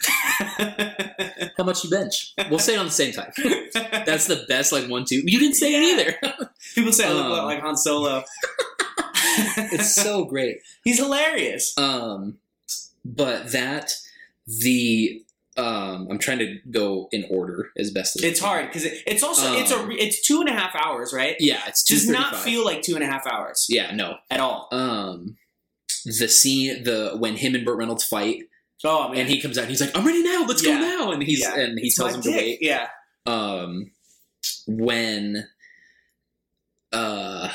[SPEAKER 3] how much you bench? We'll say it on the same time. That's the best like one two. You didn't say it either.
[SPEAKER 4] People say I look a lot
[SPEAKER 3] Um.
[SPEAKER 4] like Han Solo.
[SPEAKER 3] It's so great.
[SPEAKER 4] He's hilarious.
[SPEAKER 3] Um, but that the um, I'm trying to go in order as best as I
[SPEAKER 4] It's
[SPEAKER 3] can.
[SPEAKER 4] hard because it, it's also it's a
[SPEAKER 3] Um.
[SPEAKER 4] re- it's two and a half hours, right?
[SPEAKER 3] Yeah, it's
[SPEAKER 4] Does not
[SPEAKER 3] 235.
[SPEAKER 4] feel like two and a half hours
[SPEAKER 3] Yeah, no.
[SPEAKER 4] at all.
[SPEAKER 3] Um, the scene the when him and Burt Reynolds fight
[SPEAKER 4] Oh man,
[SPEAKER 3] and he comes out and he's like, "I'm ready now. Let's
[SPEAKER 4] Yeah.
[SPEAKER 3] go now." And he's
[SPEAKER 4] Yeah.
[SPEAKER 3] and he
[SPEAKER 4] It's
[SPEAKER 3] tells
[SPEAKER 4] my
[SPEAKER 3] him to
[SPEAKER 4] dick.
[SPEAKER 3] wait.
[SPEAKER 4] Yeah,
[SPEAKER 3] um when uh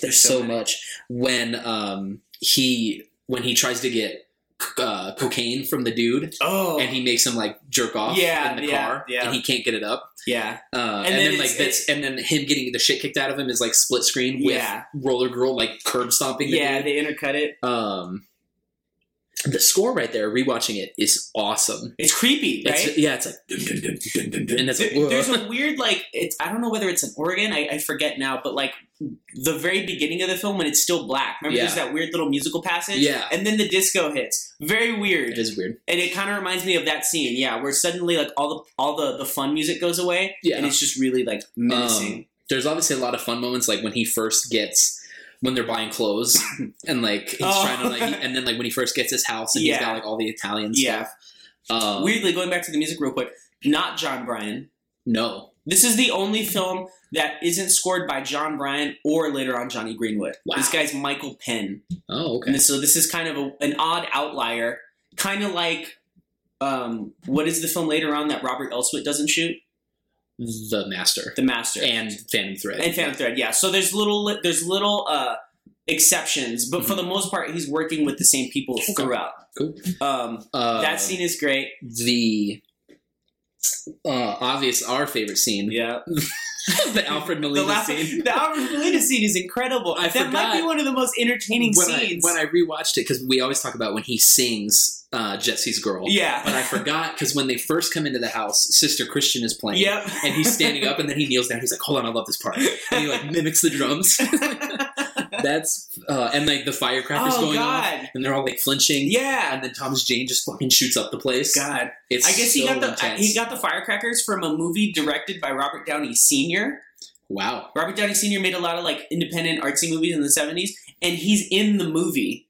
[SPEAKER 3] there's so
[SPEAKER 4] so many.
[SPEAKER 3] much when um he when he tries to get c- uh, cocaine from the dude
[SPEAKER 4] oh
[SPEAKER 3] and he makes him like jerk off
[SPEAKER 4] Yeah,
[SPEAKER 3] in the
[SPEAKER 4] yeah,
[SPEAKER 3] car
[SPEAKER 4] yeah.
[SPEAKER 3] and he can't get it up
[SPEAKER 4] yeah,
[SPEAKER 3] uh, and,
[SPEAKER 4] then
[SPEAKER 3] then,
[SPEAKER 4] it's-
[SPEAKER 3] like that's and then him getting the shit kicked out of him is like split screen with
[SPEAKER 4] Yeah.
[SPEAKER 3] roller girl like curb stomping the
[SPEAKER 4] yeah.
[SPEAKER 3] dude.
[SPEAKER 4] They intercut it.
[SPEAKER 3] um the score right there rewatching it is awesome
[SPEAKER 4] It's creepy, right?
[SPEAKER 3] it's, yeah it's like and it's like
[SPEAKER 4] There-
[SPEAKER 3] whoa.
[SPEAKER 4] there's a weird like it's I don't know whether it's an organ I, I forget now, but like the very beginning of the film when it's still black. Remember, there's
[SPEAKER 3] Yeah.
[SPEAKER 4] that weird little musical passage.
[SPEAKER 3] Yeah.
[SPEAKER 4] and then the disco hits. Very weird,
[SPEAKER 3] it is weird
[SPEAKER 4] and it kind of reminds me of that scene. Yeah, where suddenly like all the all the the fun music goes away,
[SPEAKER 3] Yeah.
[SPEAKER 4] and it's just really like menacing.
[SPEAKER 3] there's obviously a lot of fun moments like when he first gets when they're buying clothes and like he's
[SPEAKER 4] Oh.
[SPEAKER 3] trying to like and then like when he first gets his house and he's
[SPEAKER 4] Yeah.
[SPEAKER 3] got like all the Italian
[SPEAKER 4] Yeah.
[SPEAKER 3] stuff. Um,
[SPEAKER 4] Weirdly, going back to the music real quick, not John Bryan.
[SPEAKER 3] No.
[SPEAKER 4] This is the only film that isn't scored by John Bryan or later on Johnny Greenwood.
[SPEAKER 3] Wow.
[SPEAKER 4] This guy's Michael Penn.
[SPEAKER 3] Oh, okay.
[SPEAKER 4] And so this is kind of a, an odd outlier, kind of like um, what is the film later on that Robert Elswit doesn't shoot?
[SPEAKER 3] The Master
[SPEAKER 4] The Master
[SPEAKER 3] and Phantom Thread.
[SPEAKER 4] and Phantom Thread. Yeah. So there's little there's little uh, exceptions, but for the most part, he's working with the same people throughout.
[SPEAKER 3] Mm-hmm. Cool.
[SPEAKER 4] Um,
[SPEAKER 3] Uh,
[SPEAKER 4] that scene is great.
[SPEAKER 3] the uh, obvious our favorite scene,
[SPEAKER 4] Yeah,
[SPEAKER 3] the Alfred
[SPEAKER 4] the,
[SPEAKER 3] Molina
[SPEAKER 4] laugh,
[SPEAKER 3] scene.
[SPEAKER 4] the Alfred Molina scene is incredible.
[SPEAKER 3] I
[SPEAKER 4] that might be
[SPEAKER 3] forgot.
[SPEAKER 4] one of the most entertaining
[SPEAKER 3] When I,
[SPEAKER 4] scenes.
[SPEAKER 3] when I rewatched it, because we always talk about when he sings uh, Jesse's Girl.
[SPEAKER 4] yeah,
[SPEAKER 3] But I forgot because when they first come into the house, Sister Christian is playing.
[SPEAKER 4] Yep,
[SPEAKER 3] And he's standing up and then he kneels down. He's like, hold on, I love this part. And he like mimics the drums. That's, uh, and like the firecrackers
[SPEAKER 4] oh
[SPEAKER 3] going off
[SPEAKER 4] God,
[SPEAKER 3] and they're all like flinching.
[SPEAKER 4] yeah,
[SPEAKER 3] And then Thomas Jane just fucking shoots up the place.
[SPEAKER 4] God.
[SPEAKER 3] It's
[SPEAKER 4] I guess he
[SPEAKER 3] so
[SPEAKER 4] got the
[SPEAKER 3] intense.
[SPEAKER 4] he got the firecrackers from a movie directed by Robert Downey Sr.
[SPEAKER 3] wow.
[SPEAKER 4] Robert Downey Sr. made a lot of like independent artsy movies in the seventies, and he's in the movie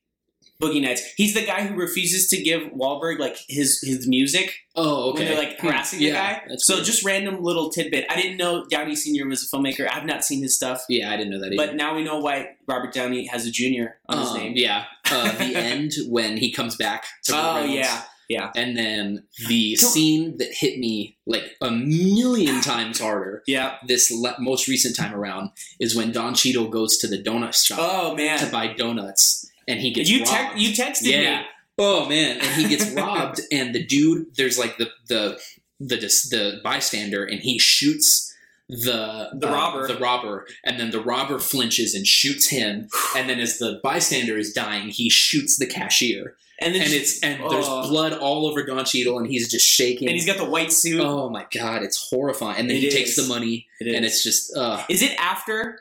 [SPEAKER 4] Boogie Nights. He's the guy who refuses to give Wahlberg like his his music
[SPEAKER 3] Oh, okay.
[SPEAKER 4] when they're like
[SPEAKER 3] Hmm.
[SPEAKER 4] harassing
[SPEAKER 3] yeah,
[SPEAKER 4] the guy.
[SPEAKER 3] that's
[SPEAKER 4] So
[SPEAKER 3] weird.
[SPEAKER 4] just random little tidbit. I didn't know Downey Sr. was a filmmaker. I've not seen his stuff,
[SPEAKER 3] Yeah, I didn't know that either.
[SPEAKER 4] but now we know why Robert Downey has a junior on his
[SPEAKER 3] Um,
[SPEAKER 4] name.
[SPEAKER 3] Yeah. Uh, the end when he comes back to Burt
[SPEAKER 4] Oh
[SPEAKER 3] Reynolds.
[SPEAKER 4] yeah,
[SPEAKER 3] And then the
[SPEAKER 4] Don't-
[SPEAKER 3] scene that hit me like a million times harder
[SPEAKER 4] yeah.
[SPEAKER 3] this le- most recent time around is when Don Cheadle goes to the donut shop
[SPEAKER 4] Oh
[SPEAKER 3] to
[SPEAKER 4] man,
[SPEAKER 3] buy donuts and he gets
[SPEAKER 4] you
[SPEAKER 3] robbed.
[SPEAKER 4] te- you texted
[SPEAKER 3] yeah.
[SPEAKER 4] me.
[SPEAKER 3] Oh man, and he gets robbed and the dude there's like the the the dis- the bystander and he shoots the uh,
[SPEAKER 4] The robber.
[SPEAKER 3] the robber and then the robber flinches and shoots him and then as the bystander is dying he shoots the cashier
[SPEAKER 4] And then
[SPEAKER 3] and
[SPEAKER 4] she-
[SPEAKER 3] it's and there's
[SPEAKER 4] Oh.
[SPEAKER 3] blood all over Don Cheadle and he's just shaking
[SPEAKER 4] and he's got the white suit.
[SPEAKER 3] oh my god it's horrifying and then
[SPEAKER 4] It
[SPEAKER 3] he takes
[SPEAKER 4] is.
[SPEAKER 3] the money
[SPEAKER 4] It is.
[SPEAKER 3] and it's just uh
[SPEAKER 4] Is it after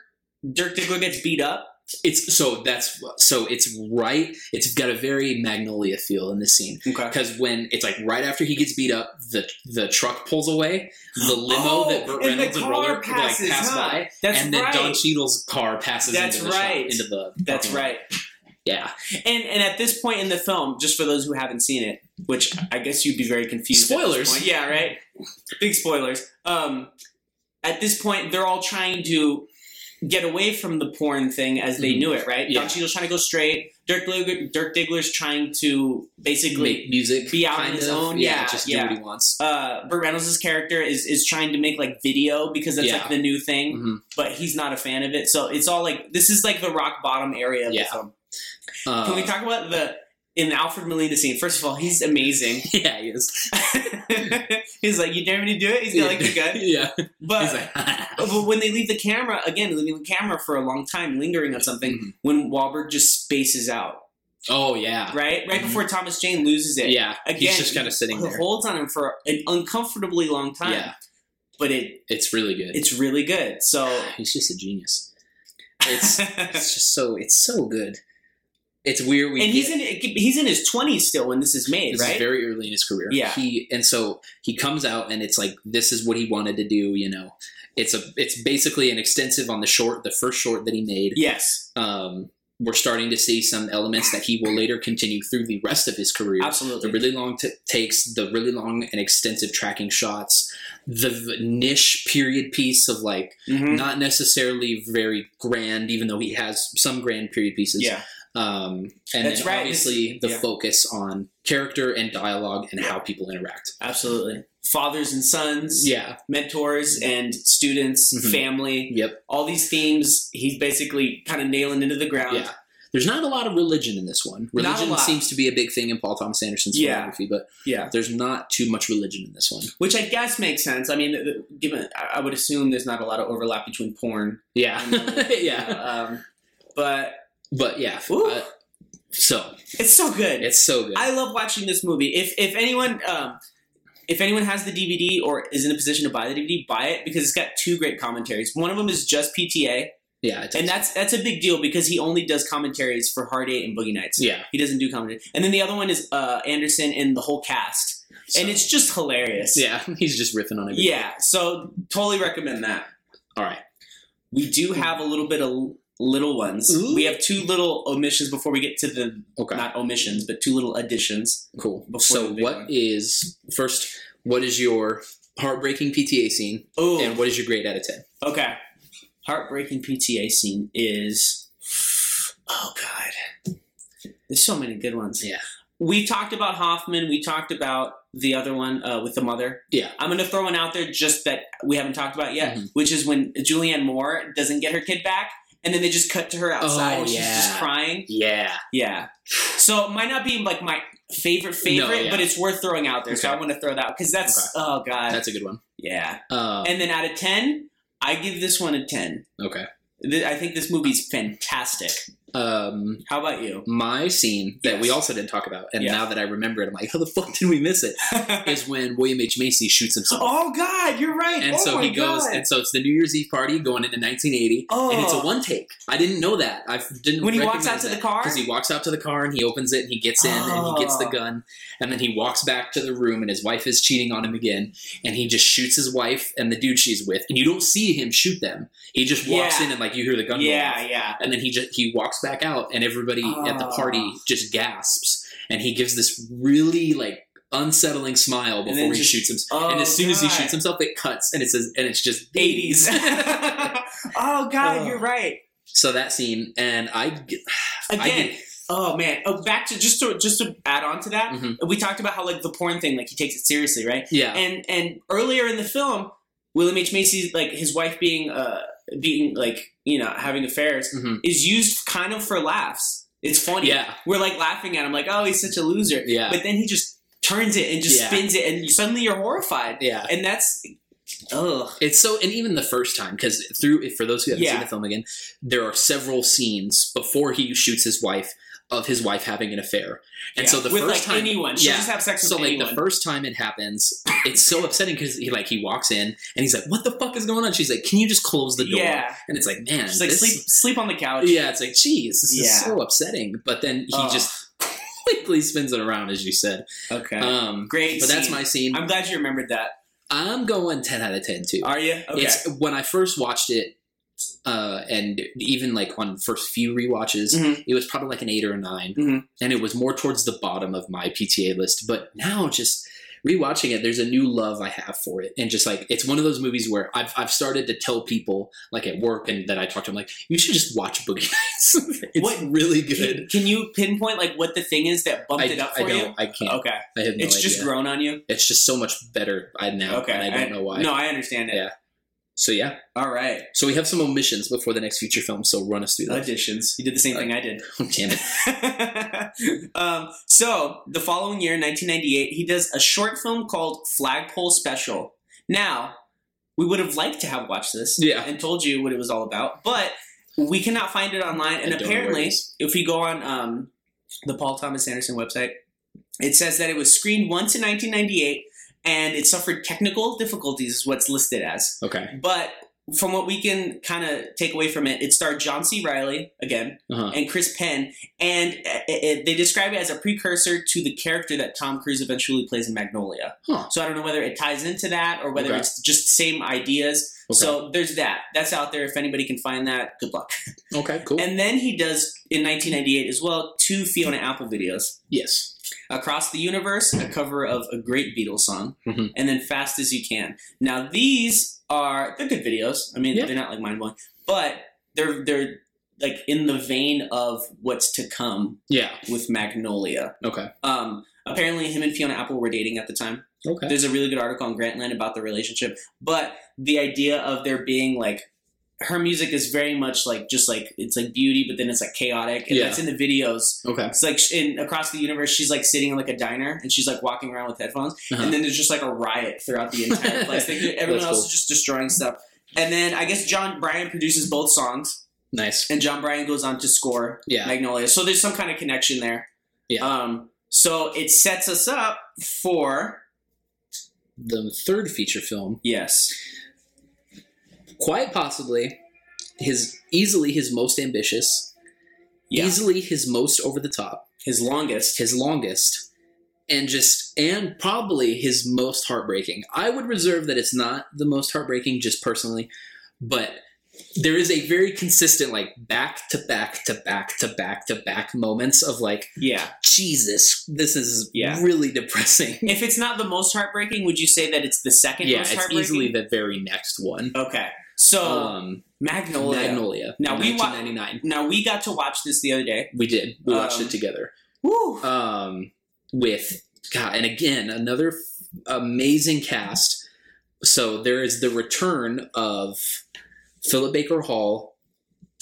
[SPEAKER 4] Dirk Diggler gets beat up?
[SPEAKER 3] it's so that's so it's right it's got a very magnolia feel in this scene
[SPEAKER 4] Okay.
[SPEAKER 3] because when it's like right after he gets beat up the the truck pulls away the limo
[SPEAKER 4] Oh,
[SPEAKER 3] that Burt
[SPEAKER 4] and the
[SPEAKER 3] Reynolds and
[SPEAKER 4] car
[SPEAKER 3] Roller
[SPEAKER 4] passes,
[SPEAKER 3] like pass
[SPEAKER 4] huh?
[SPEAKER 3] by
[SPEAKER 4] That's
[SPEAKER 3] and then
[SPEAKER 4] right.
[SPEAKER 3] Don Cheadle's car passes
[SPEAKER 4] That's
[SPEAKER 3] into the shop-
[SPEAKER 4] right.
[SPEAKER 3] into the
[SPEAKER 4] That's
[SPEAKER 3] parking lot.
[SPEAKER 4] right.
[SPEAKER 3] yeah
[SPEAKER 4] And and at this point in the film, just for those who haven't seen it, which I guess you'd be very confused. at this
[SPEAKER 3] Spoilers.
[SPEAKER 4] point. Yeah, right. Big spoilers. Um, at this point, they're all trying to get away from the porn thing as they
[SPEAKER 3] Mhm.
[SPEAKER 4] knew it, right?
[SPEAKER 3] Yeah.
[SPEAKER 4] Don Cheadle's trying to go straight. Dirk Diggler, Dirk Diggler's trying to basically
[SPEAKER 3] make music
[SPEAKER 4] be out on
[SPEAKER 3] kind
[SPEAKER 4] his
[SPEAKER 3] of.
[SPEAKER 4] own, yeah,
[SPEAKER 3] just
[SPEAKER 4] yeah.
[SPEAKER 3] do what he wants
[SPEAKER 4] uh, Burt Reynolds' character is is trying to make like video because that's
[SPEAKER 3] Yeah.
[SPEAKER 4] like the new thing,
[SPEAKER 3] Mhm.
[SPEAKER 4] but he's not a fan of it. So it's all like this is like the rock bottom area of
[SPEAKER 3] Yeah.
[SPEAKER 4] the film.
[SPEAKER 3] uh,
[SPEAKER 4] Can we talk about the in the Alfred Molina scene? First of all, he's amazing.
[SPEAKER 3] yeah he is
[SPEAKER 4] he's like, you dare me to do it? He's got like the gun,
[SPEAKER 3] yeah
[SPEAKER 4] but.
[SPEAKER 3] he's like
[SPEAKER 4] But when they leave the camera again, leaving the camera for a long time, lingering on something,
[SPEAKER 3] Mhm.
[SPEAKER 4] when Wahlberg just spaces out,
[SPEAKER 3] oh yeah
[SPEAKER 4] right, right
[SPEAKER 3] Mhm.
[SPEAKER 4] before Thomas Jane loses it,
[SPEAKER 3] yeah
[SPEAKER 4] Again,
[SPEAKER 3] he's just kind of sitting there
[SPEAKER 4] holds on him for an uncomfortably long time.
[SPEAKER 3] Yeah.
[SPEAKER 4] But it
[SPEAKER 3] it's really good
[SPEAKER 4] it's really good. So
[SPEAKER 3] he's just a genius it's it's just so it's so good it's weird we
[SPEAKER 4] and
[SPEAKER 3] get-
[SPEAKER 4] he's in he's in his twenties still when this is made,
[SPEAKER 3] This
[SPEAKER 4] right?
[SPEAKER 3] is very early in his career.
[SPEAKER 4] Yeah.
[SPEAKER 3] He and so he comes out and it's like this is what he wanted to do. You know, it's a it's basically an extensive on the short, the first short that he made.
[SPEAKER 4] yes,
[SPEAKER 3] Um, we're starting to see some elements that he will later continue through the rest of his career. The
[SPEAKER 4] absolutely.
[SPEAKER 3] really long t- takes, the really long and extensive tracking shots, the v- niche period piece of like
[SPEAKER 4] Mhm.
[SPEAKER 3] not necessarily very grand, even though he has some grand period pieces.
[SPEAKER 4] Yeah,
[SPEAKER 3] Um, and
[SPEAKER 4] That's
[SPEAKER 3] then
[SPEAKER 4] right.
[SPEAKER 3] obviously the
[SPEAKER 4] yeah.
[SPEAKER 3] focus on character and dialogue and how people interact.
[SPEAKER 4] absolutely. Fathers and sons,
[SPEAKER 3] Yeah.
[SPEAKER 4] mentors and students,
[SPEAKER 3] Mhm.
[SPEAKER 4] family,
[SPEAKER 3] Yep.
[SPEAKER 4] all these themes he's basically kind of nailing into the ground.
[SPEAKER 3] Yeah. There's not a lot of religion in this one.
[SPEAKER 4] Not a
[SPEAKER 3] Religion
[SPEAKER 4] lot.
[SPEAKER 3] seems to be a big thing in Paul Thomas Anderson's
[SPEAKER 4] Yeah.
[SPEAKER 3] filmography, but
[SPEAKER 4] Yeah.
[SPEAKER 3] there's not too much religion in this one.
[SPEAKER 4] Which I guess makes sense. I mean, th- th- given I I would assume there's not a lot of overlap between porn.
[SPEAKER 3] Yeah.
[SPEAKER 4] and religion, you
[SPEAKER 3] yeah.
[SPEAKER 4] know, um, but
[SPEAKER 3] But yeah.
[SPEAKER 4] Ooh.
[SPEAKER 3] uh, so
[SPEAKER 4] it's so good.
[SPEAKER 3] it's so good.
[SPEAKER 4] I love watching this movie. If if anyone um, if anyone has the DVD or is in a position to buy the DVD, buy it because it's got two great commentaries. One of them is just PTA,
[SPEAKER 3] yeah. It does.
[SPEAKER 4] and that's that's a big deal because he only does commentaries for Hard Eight and Boogie Nights.
[SPEAKER 3] yeah.
[SPEAKER 4] He doesn't do commentary. And then the other one is uh, Anderson and the whole cast,
[SPEAKER 3] So-
[SPEAKER 4] and it's just hilarious.
[SPEAKER 3] yeah. He's just riffing on it.
[SPEAKER 4] yeah. So totally recommend that.
[SPEAKER 3] All right.
[SPEAKER 4] We do have a little bit of little ones.
[SPEAKER 3] Ooh.
[SPEAKER 4] We have two little omissions before we get to the
[SPEAKER 3] Okay.
[SPEAKER 4] not omissions, but two little additions.
[SPEAKER 3] cool.
[SPEAKER 4] Before the
[SPEAKER 3] So
[SPEAKER 4] big
[SPEAKER 3] what
[SPEAKER 4] one.
[SPEAKER 3] is first? What is your heartbreaking PTA scene,
[SPEAKER 4] Oh,
[SPEAKER 3] and what is your grade out of ten?
[SPEAKER 4] Okay. Heartbreaking PTA scene is. Oh, God. There's so many good ones.
[SPEAKER 3] Yeah.
[SPEAKER 4] We talked about Hoffman. We talked about the other one uh, with the mother.
[SPEAKER 3] Yeah.
[SPEAKER 4] I'm going to throw one out there just that we haven't talked about yet,
[SPEAKER 3] Mhm.
[SPEAKER 4] which is when Julianne Moore doesn't get her kid back and then they just cut to her outside
[SPEAKER 3] Oh,
[SPEAKER 4] and she's
[SPEAKER 3] yeah.
[SPEAKER 4] just crying.
[SPEAKER 3] Yeah.
[SPEAKER 4] Yeah. So it might not be like my favorite favorite,
[SPEAKER 3] yeah.
[SPEAKER 4] but it's worth throwing out there. So
[SPEAKER 3] Okay.
[SPEAKER 4] I want to throw that because that's oh god,
[SPEAKER 3] That's a good one.
[SPEAKER 4] yeah.
[SPEAKER 3] Um,
[SPEAKER 4] And then out of ten, I give this one a ten.
[SPEAKER 3] okay.
[SPEAKER 4] Th- I think this movie's fantastic.
[SPEAKER 3] Um,
[SPEAKER 4] How about you?
[SPEAKER 3] my scene that we
[SPEAKER 4] Yes.
[SPEAKER 3] also didn't talk about, and
[SPEAKER 4] Yeah.
[SPEAKER 3] now that I remember it, I'm like, how the fuck did we miss it? Is when William H Macy shoots himself.
[SPEAKER 4] oh god, you're right.
[SPEAKER 3] And
[SPEAKER 4] oh
[SPEAKER 3] so
[SPEAKER 4] my
[SPEAKER 3] he goes,
[SPEAKER 4] God.
[SPEAKER 3] and so it's the New Year's Eve party going into 1980, and it's a
[SPEAKER 4] Oh.
[SPEAKER 3] one take. I didn't know that. I didn't.
[SPEAKER 4] When he walks out to the car?
[SPEAKER 3] because he walks out to the car and he opens it and he gets in and he gets the
[SPEAKER 4] Oh.
[SPEAKER 3] gun, and then he walks back to the room and his wife is cheating on him again, and he just shoots his wife and the dude she's with, and you don't see him shoot them. He just walks
[SPEAKER 4] Yeah.
[SPEAKER 3] in and like you hear the gun. go
[SPEAKER 4] yeah,
[SPEAKER 3] off.
[SPEAKER 4] yeah.
[SPEAKER 3] And then he just he walks back out, and everybody at the
[SPEAKER 4] Oh.
[SPEAKER 3] party just gasps, and he gives this really like unsettling smile
[SPEAKER 4] then
[SPEAKER 3] before he
[SPEAKER 4] just-
[SPEAKER 3] shoots himself
[SPEAKER 4] Oh,
[SPEAKER 3] and as soon as he
[SPEAKER 4] God.
[SPEAKER 3] shoots himself, it cuts and it says, and it's just
[SPEAKER 4] 80s. oh god,
[SPEAKER 3] Ugh.
[SPEAKER 4] you're right.
[SPEAKER 3] so that scene, and I, g- I
[SPEAKER 4] Again,
[SPEAKER 3] get-
[SPEAKER 4] Oh man! Oh, back to just to just to add on to that,
[SPEAKER 3] Mhm.
[SPEAKER 4] we talked about how like the porn thing, like he takes it seriously, right?
[SPEAKER 3] yeah,
[SPEAKER 4] And and earlier in the film, William H Macy, like his wife being uh being like you know having affairs,
[SPEAKER 3] Mhm.
[SPEAKER 4] is used kind of for laughs. It's funny.
[SPEAKER 3] yeah,
[SPEAKER 4] We're like laughing at him, like oh he's such a loser.
[SPEAKER 3] Yeah.
[SPEAKER 4] But then he just turns it and just
[SPEAKER 3] Yeah.
[SPEAKER 4] spins it, and you, suddenly you're horrified.
[SPEAKER 3] yeah.
[SPEAKER 4] And that's ugh.
[SPEAKER 3] It's so, and even the first time, because through for those who haven't seen
[SPEAKER 4] Yeah.
[SPEAKER 3] the film again, there are several scenes before he shoots his wife of his wife having an affair, and
[SPEAKER 4] Yeah.
[SPEAKER 3] so the
[SPEAKER 4] with
[SPEAKER 3] first
[SPEAKER 4] like
[SPEAKER 3] time
[SPEAKER 4] anyone, she'll
[SPEAKER 3] yeah.
[SPEAKER 4] just have sex with
[SPEAKER 3] So like
[SPEAKER 4] anyone.
[SPEAKER 3] the first time it happens, it's so upsetting because he like he walks in and he's like, "What the fuck is going on?" She's like, "Can you just close the door?"
[SPEAKER 4] yeah,
[SPEAKER 3] And it's like, man,
[SPEAKER 4] she's like
[SPEAKER 3] this-
[SPEAKER 4] sleep sleep on the couch.
[SPEAKER 3] Yeah, it's like, geez, this is
[SPEAKER 4] Yeah.
[SPEAKER 3] so upsetting. But then he
[SPEAKER 4] Ugh.
[SPEAKER 3] just quickly spins it around, as you said.
[SPEAKER 4] Okay.
[SPEAKER 3] Um,
[SPEAKER 4] Great
[SPEAKER 3] But that's
[SPEAKER 4] scene.
[SPEAKER 3] my scene. I'm,
[SPEAKER 4] I'm glad you remembered that.
[SPEAKER 3] going 10 out of 10, too.
[SPEAKER 4] Are you? Okay.
[SPEAKER 3] It's when I first watched it, uh, and even like on first few rewatches,
[SPEAKER 4] Mhm.
[SPEAKER 3] it was probably like an eight or a 9
[SPEAKER 4] Mhm.
[SPEAKER 3] and it was more towards the bottom of my PTA list. But now, just rewatching it, there's a new love I have for it, and just like it's one of those movies where I've I've started to tell people like at work and that I talk to them like you should just watch Boogie Nights. it's
[SPEAKER 4] What-
[SPEAKER 3] really
[SPEAKER 4] can,
[SPEAKER 3] good.
[SPEAKER 4] can you pinpoint like what the thing is that bumped
[SPEAKER 3] I,
[SPEAKER 4] it up
[SPEAKER 3] I
[SPEAKER 4] for
[SPEAKER 3] don't.
[SPEAKER 4] you?
[SPEAKER 3] I can't.
[SPEAKER 4] Okay,
[SPEAKER 3] I have no
[SPEAKER 4] it's just
[SPEAKER 3] idea.
[SPEAKER 4] grown on you.
[SPEAKER 3] it's just so much better I now.
[SPEAKER 4] okay,
[SPEAKER 3] and I don't know why.
[SPEAKER 4] No, I understand it.
[SPEAKER 3] Yeah. So yeah.
[SPEAKER 4] All right,
[SPEAKER 3] So we have some omissions before the next feature film. So run us through that.
[SPEAKER 4] auditions. You did the same
[SPEAKER 3] Uh,
[SPEAKER 4] thing I did.
[SPEAKER 3] Damn it.
[SPEAKER 4] um, so the following year, 1998, he does a short film called Flagpole Special. Now, we would have liked to have watched this
[SPEAKER 3] Yeah.
[SPEAKER 4] and told you what it was all about, but we cannot find it online. And
[SPEAKER 3] I don't know where it
[SPEAKER 4] apparently,
[SPEAKER 3] is.
[SPEAKER 4] if you go on um, the Paul Thomas Anderson website, it says that it was screened once in 1998 and it suffered technical difficulties, is what's listed as.
[SPEAKER 3] Okay.
[SPEAKER 4] But from what we can kind of take away from it, it starred John C. Riley again
[SPEAKER 3] Uh-huh.
[SPEAKER 4] and Chris Penn, and uh, it, they describe it as a precursor to the character that Tom Cruise eventually plays in Magnolia.
[SPEAKER 3] Huh.
[SPEAKER 4] So I don't know whether it ties into that or whether
[SPEAKER 3] Okay.
[SPEAKER 4] it's just same ideas.
[SPEAKER 3] Okay.
[SPEAKER 4] So there's that. That's out there. If anybody can find that, good luck.
[SPEAKER 3] Okay. Cool.
[SPEAKER 4] And then he does in 1998 as well two Fiona Apple videos.
[SPEAKER 3] yes.
[SPEAKER 4] Across the Universe, a cover of a great Beatles song,
[SPEAKER 3] Mhm.
[SPEAKER 4] and then Fast as You Can. Now these are they're good videos. I mean,
[SPEAKER 3] Yeah.
[SPEAKER 4] they're not like mind blowing, but they're they're like in the vein of what's to come
[SPEAKER 3] Yeah.
[SPEAKER 4] with Magnolia.
[SPEAKER 3] Okay.
[SPEAKER 4] Um, apparently, him and Fiona Apple were dating at the time.
[SPEAKER 3] Okay.
[SPEAKER 4] There's a really good article on Grantland about the relationship, but the idea of there being like her music is very much like just like it's like beauty, but then it's like chaotic, and
[SPEAKER 3] Yeah.
[SPEAKER 4] that's in the videos.
[SPEAKER 3] Okay.
[SPEAKER 4] It's like sh- in across the universe, she's like sitting in like a diner, and she's like walking around with headphones,
[SPEAKER 3] Uh-huh.
[SPEAKER 4] and then there's just like a riot throughout the entire place. Like, everyone
[SPEAKER 3] That's
[SPEAKER 4] else
[SPEAKER 3] cool.
[SPEAKER 4] is just destroying stuff. And then I guess John Bryan produces both songs,
[SPEAKER 3] Nice.
[SPEAKER 4] and John Bryan goes on to score
[SPEAKER 3] Yeah.
[SPEAKER 4] Magnolia. So there's some kind of connection there.
[SPEAKER 3] Yeah.
[SPEAKER 4] Um, so it sets us up for
[SPEAKER 3] The third feature film,
[SPEAKER 4] yes.
[SPEAKER 3] quite possibly his easily his most ambitious,
[SPEAKER 4] Yeah.
[SPEAKER 3] easily his most over the top,
[SPEAKER 4] his longest.
[SPEAKER 3] his longest, and just and probably his most heartbreaking. I would reserve that it's not the most heartbreaking just personally, but there is a very consistent like back to back to back to back to back moments of like
[SPEAKER 4] Yeah.
[SPEAKER 3] Jesus, this is
[SPEAKER 4] Yeah.
[SPEAKER 3] really depressing.
[SPEAKER 4] If it's not the most heartbreaking, would you say that it's the second
[SPEAKER 3] yeah,
[SPEAKER 4] most
[SPEAKER 3] it's
[SPEAKER 4] heartbreaking?
[SPEAKER 3] easily the very next one.
[SPEAKER 4] Okay. So
[SPEAKER 3] Um,
[SPEAKER 4] Magnolia.
[SPEAKER 3] Magnolia.
[SPEAKER 4] Now, we wa-
[SPEAKER 3] 1999.
[SPEAKER 4] Now we got to watch this the other day.
[SPEAKER 3] We did. We watched
[SPEAKER 4] Um,
[SPEAKER 3] it together.
[SPEAKER 4] Woo!
[SPEAKER 3] Um, with God, and again another f- amazing cast. So there is the return of Philip Baker Hall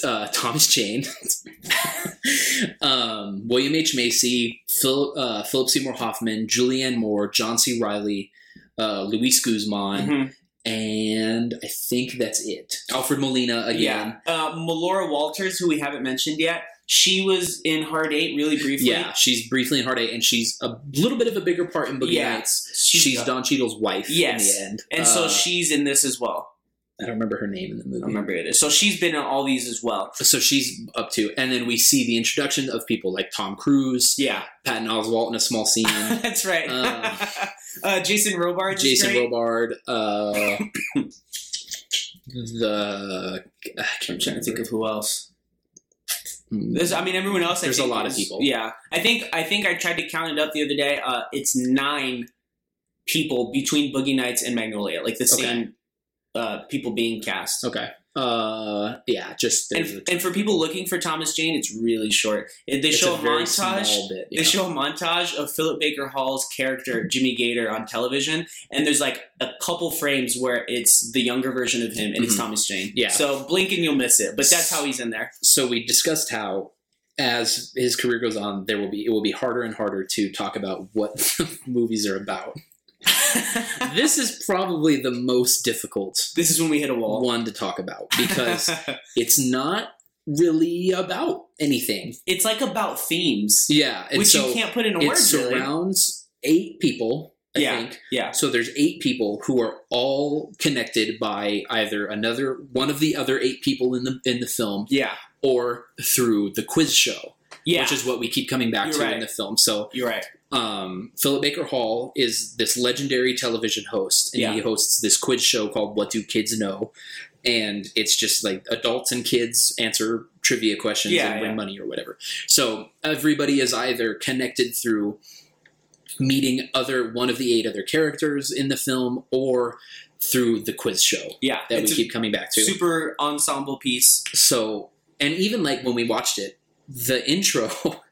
[SPEAKER 3] uh, Thomas Jane, um, William H. Macy, Phil, uh, Philip Seymour Hoffman, Julianne Moore, John C. Riley, uh, Luis Guzman,
[SPEAKER 4] Mhm.
[SPEAKER 3] and I think that's it. Alfred Molina again.
[SPEAKER 4] Yeah. Uh, Melora Walters, who we haven't mentioned yet, she was in Hard Eight really briefly.
[SPEAKER 3] Yeah, she's briefly in Heart Eight, and she's a little bit of a bigger part in Boogie
[SPEAKER 4] Yeah.
[SPEAKER 3] Nights.
[SPEAKER 4] She's,
[SPEAKER 3] She's, Don Cheadle's wife in
[SPEAKER 4] Yes.
[SPEAKER 3] the end,
[SPEAKER 4] and so
[SPEAKER 3] Uh,
[SPEAKER 4] she's in this as well.
[SPEAKER 3] I don't remember her name in the movie.
[SPEAKER 4] I don't remember it. is. So she's been in all these as well.
[SPEAKER 3] So she's up to, and then we see the introduction of people like Tom Cruise,
[SPEAKER 4] Yeah,
[SPEAKER 3] Patton Oswalt in a small scene,
[SPEAKER 4] that's right.
[SPEAKER 3] Uh,
[SPEAKER 4] uh, Jason Robards. is
[SPEAKER 3] Jason
[SPEAKER 4] great.
[SPEAKER 3] Robard, uh, the I can't
[SPEAKER 4] I'm trying to think
[SPEAKER 3] remember.
[SPEAKER 4] of who else.
[SPEAKER 3] Hmm.
[SPEAKER 4] There's, I mean, everyone else. I
[SPEAKER 3] There's a
[SPEAKER 4] think,
[SPEAKER 3] lot of
[SPEAKER 4] is-
[SPEAKER 3] people.
[SPEAKER 4] Yeah, I think I think I tried to count it up the other day. Uh, it's nine people between Boogie Nights and Magnolia, like the
[SPEAKER 3] Okay.
[SPEAKER 4] same uh, people being cast.
[SPEAKER 3] okay, uh, yeah, just there's
[SPEAKER 4] And, and for people looking for Thomas Jane, it's really short. They
[SPEAKER 3] it's
[SPEAKER 4] show a,
[SPEAKER 3] a very
[SPEAKER 4] montage.
[SPEAKER 3] small bit,
[SPEAKER 4] They
[SPEAKER 3] yeah.
[SPEAKER 4] show a montage of Philip Baker Hall's character Jimmy Gator on television, and there's like a couple frames where it's the younger version of him, and it's
[SPEAKER 3] Mhm.
[SPEAKER 4] Thomas Jane.
[SPEAKER 3] Yeah.
[SPEAKER 4] So blink and you'll miss it, but that's how he's in there.
[SPEAKER 3] so we discussed how as his career goes on there will be it will be harder and harder to talk about what movies are about this is probably the most difficult
[SPEAKER 4] this is when we hit a wall.
[SPEAKER 3] one to talk about because it's not really about anything
[SPEAKER 4] it's like about themes,
[SPEAKER 3] yeah and
[SPEAKER 4] which
[SPEAKER 3] so
[SPEAKER 4] you can't put into
[SPEAKER 3] it
[SPEAKER 4] words. really.
[SPEAKER 3] surrounds eight people i
[SPEAKER 4] Yeah.
[SPEAKER 3] think
[SPEAKER 4] Yeah,
[SPEAKER 3] so there's eight people who are all connected by either another one of the other eight people in the in the film
[SPEAKER 4] yeah,
[SPEAKER 3] or through the quiz show
[SPEAKER 4] yeah.
[SPEAKER 3] which is what we keep coming back
[SPEAKER 4] You're
[SPEAKER 3] to
[SPEAKER 4] right.
[SPEAKER 3] in the film. So,
[SPEAKER 4] You're right.
[SPEAKER 3] um, Philip Baker Hall is this legendary television host, and
[SPEAKER 4] Yeah.
[SPEAKER 3] he hosts this quiz show called "What Do Kids Know," and it's just like adults and kids answer trivia questions
[SPEAKER 4] Yeah,
[SPEAKER 3] and win
[SPEAKER 4] yeah.
[SPEAKER 3] money or whatever. So everybody is either connected through meeting other one of the eight other characters in the film, or through the quiz show
[SPEAKER 4] Yeah,
[SPEAKER 3] that
[SPEAKER 4] it's
[SPEAKER 3] we
[SPEAKER 4] a
[SPEAKER 3] keep coming back to
[SPEAKER 4] super ensemble piece.
[SPEAKER 3] so and even like when we watched it the intro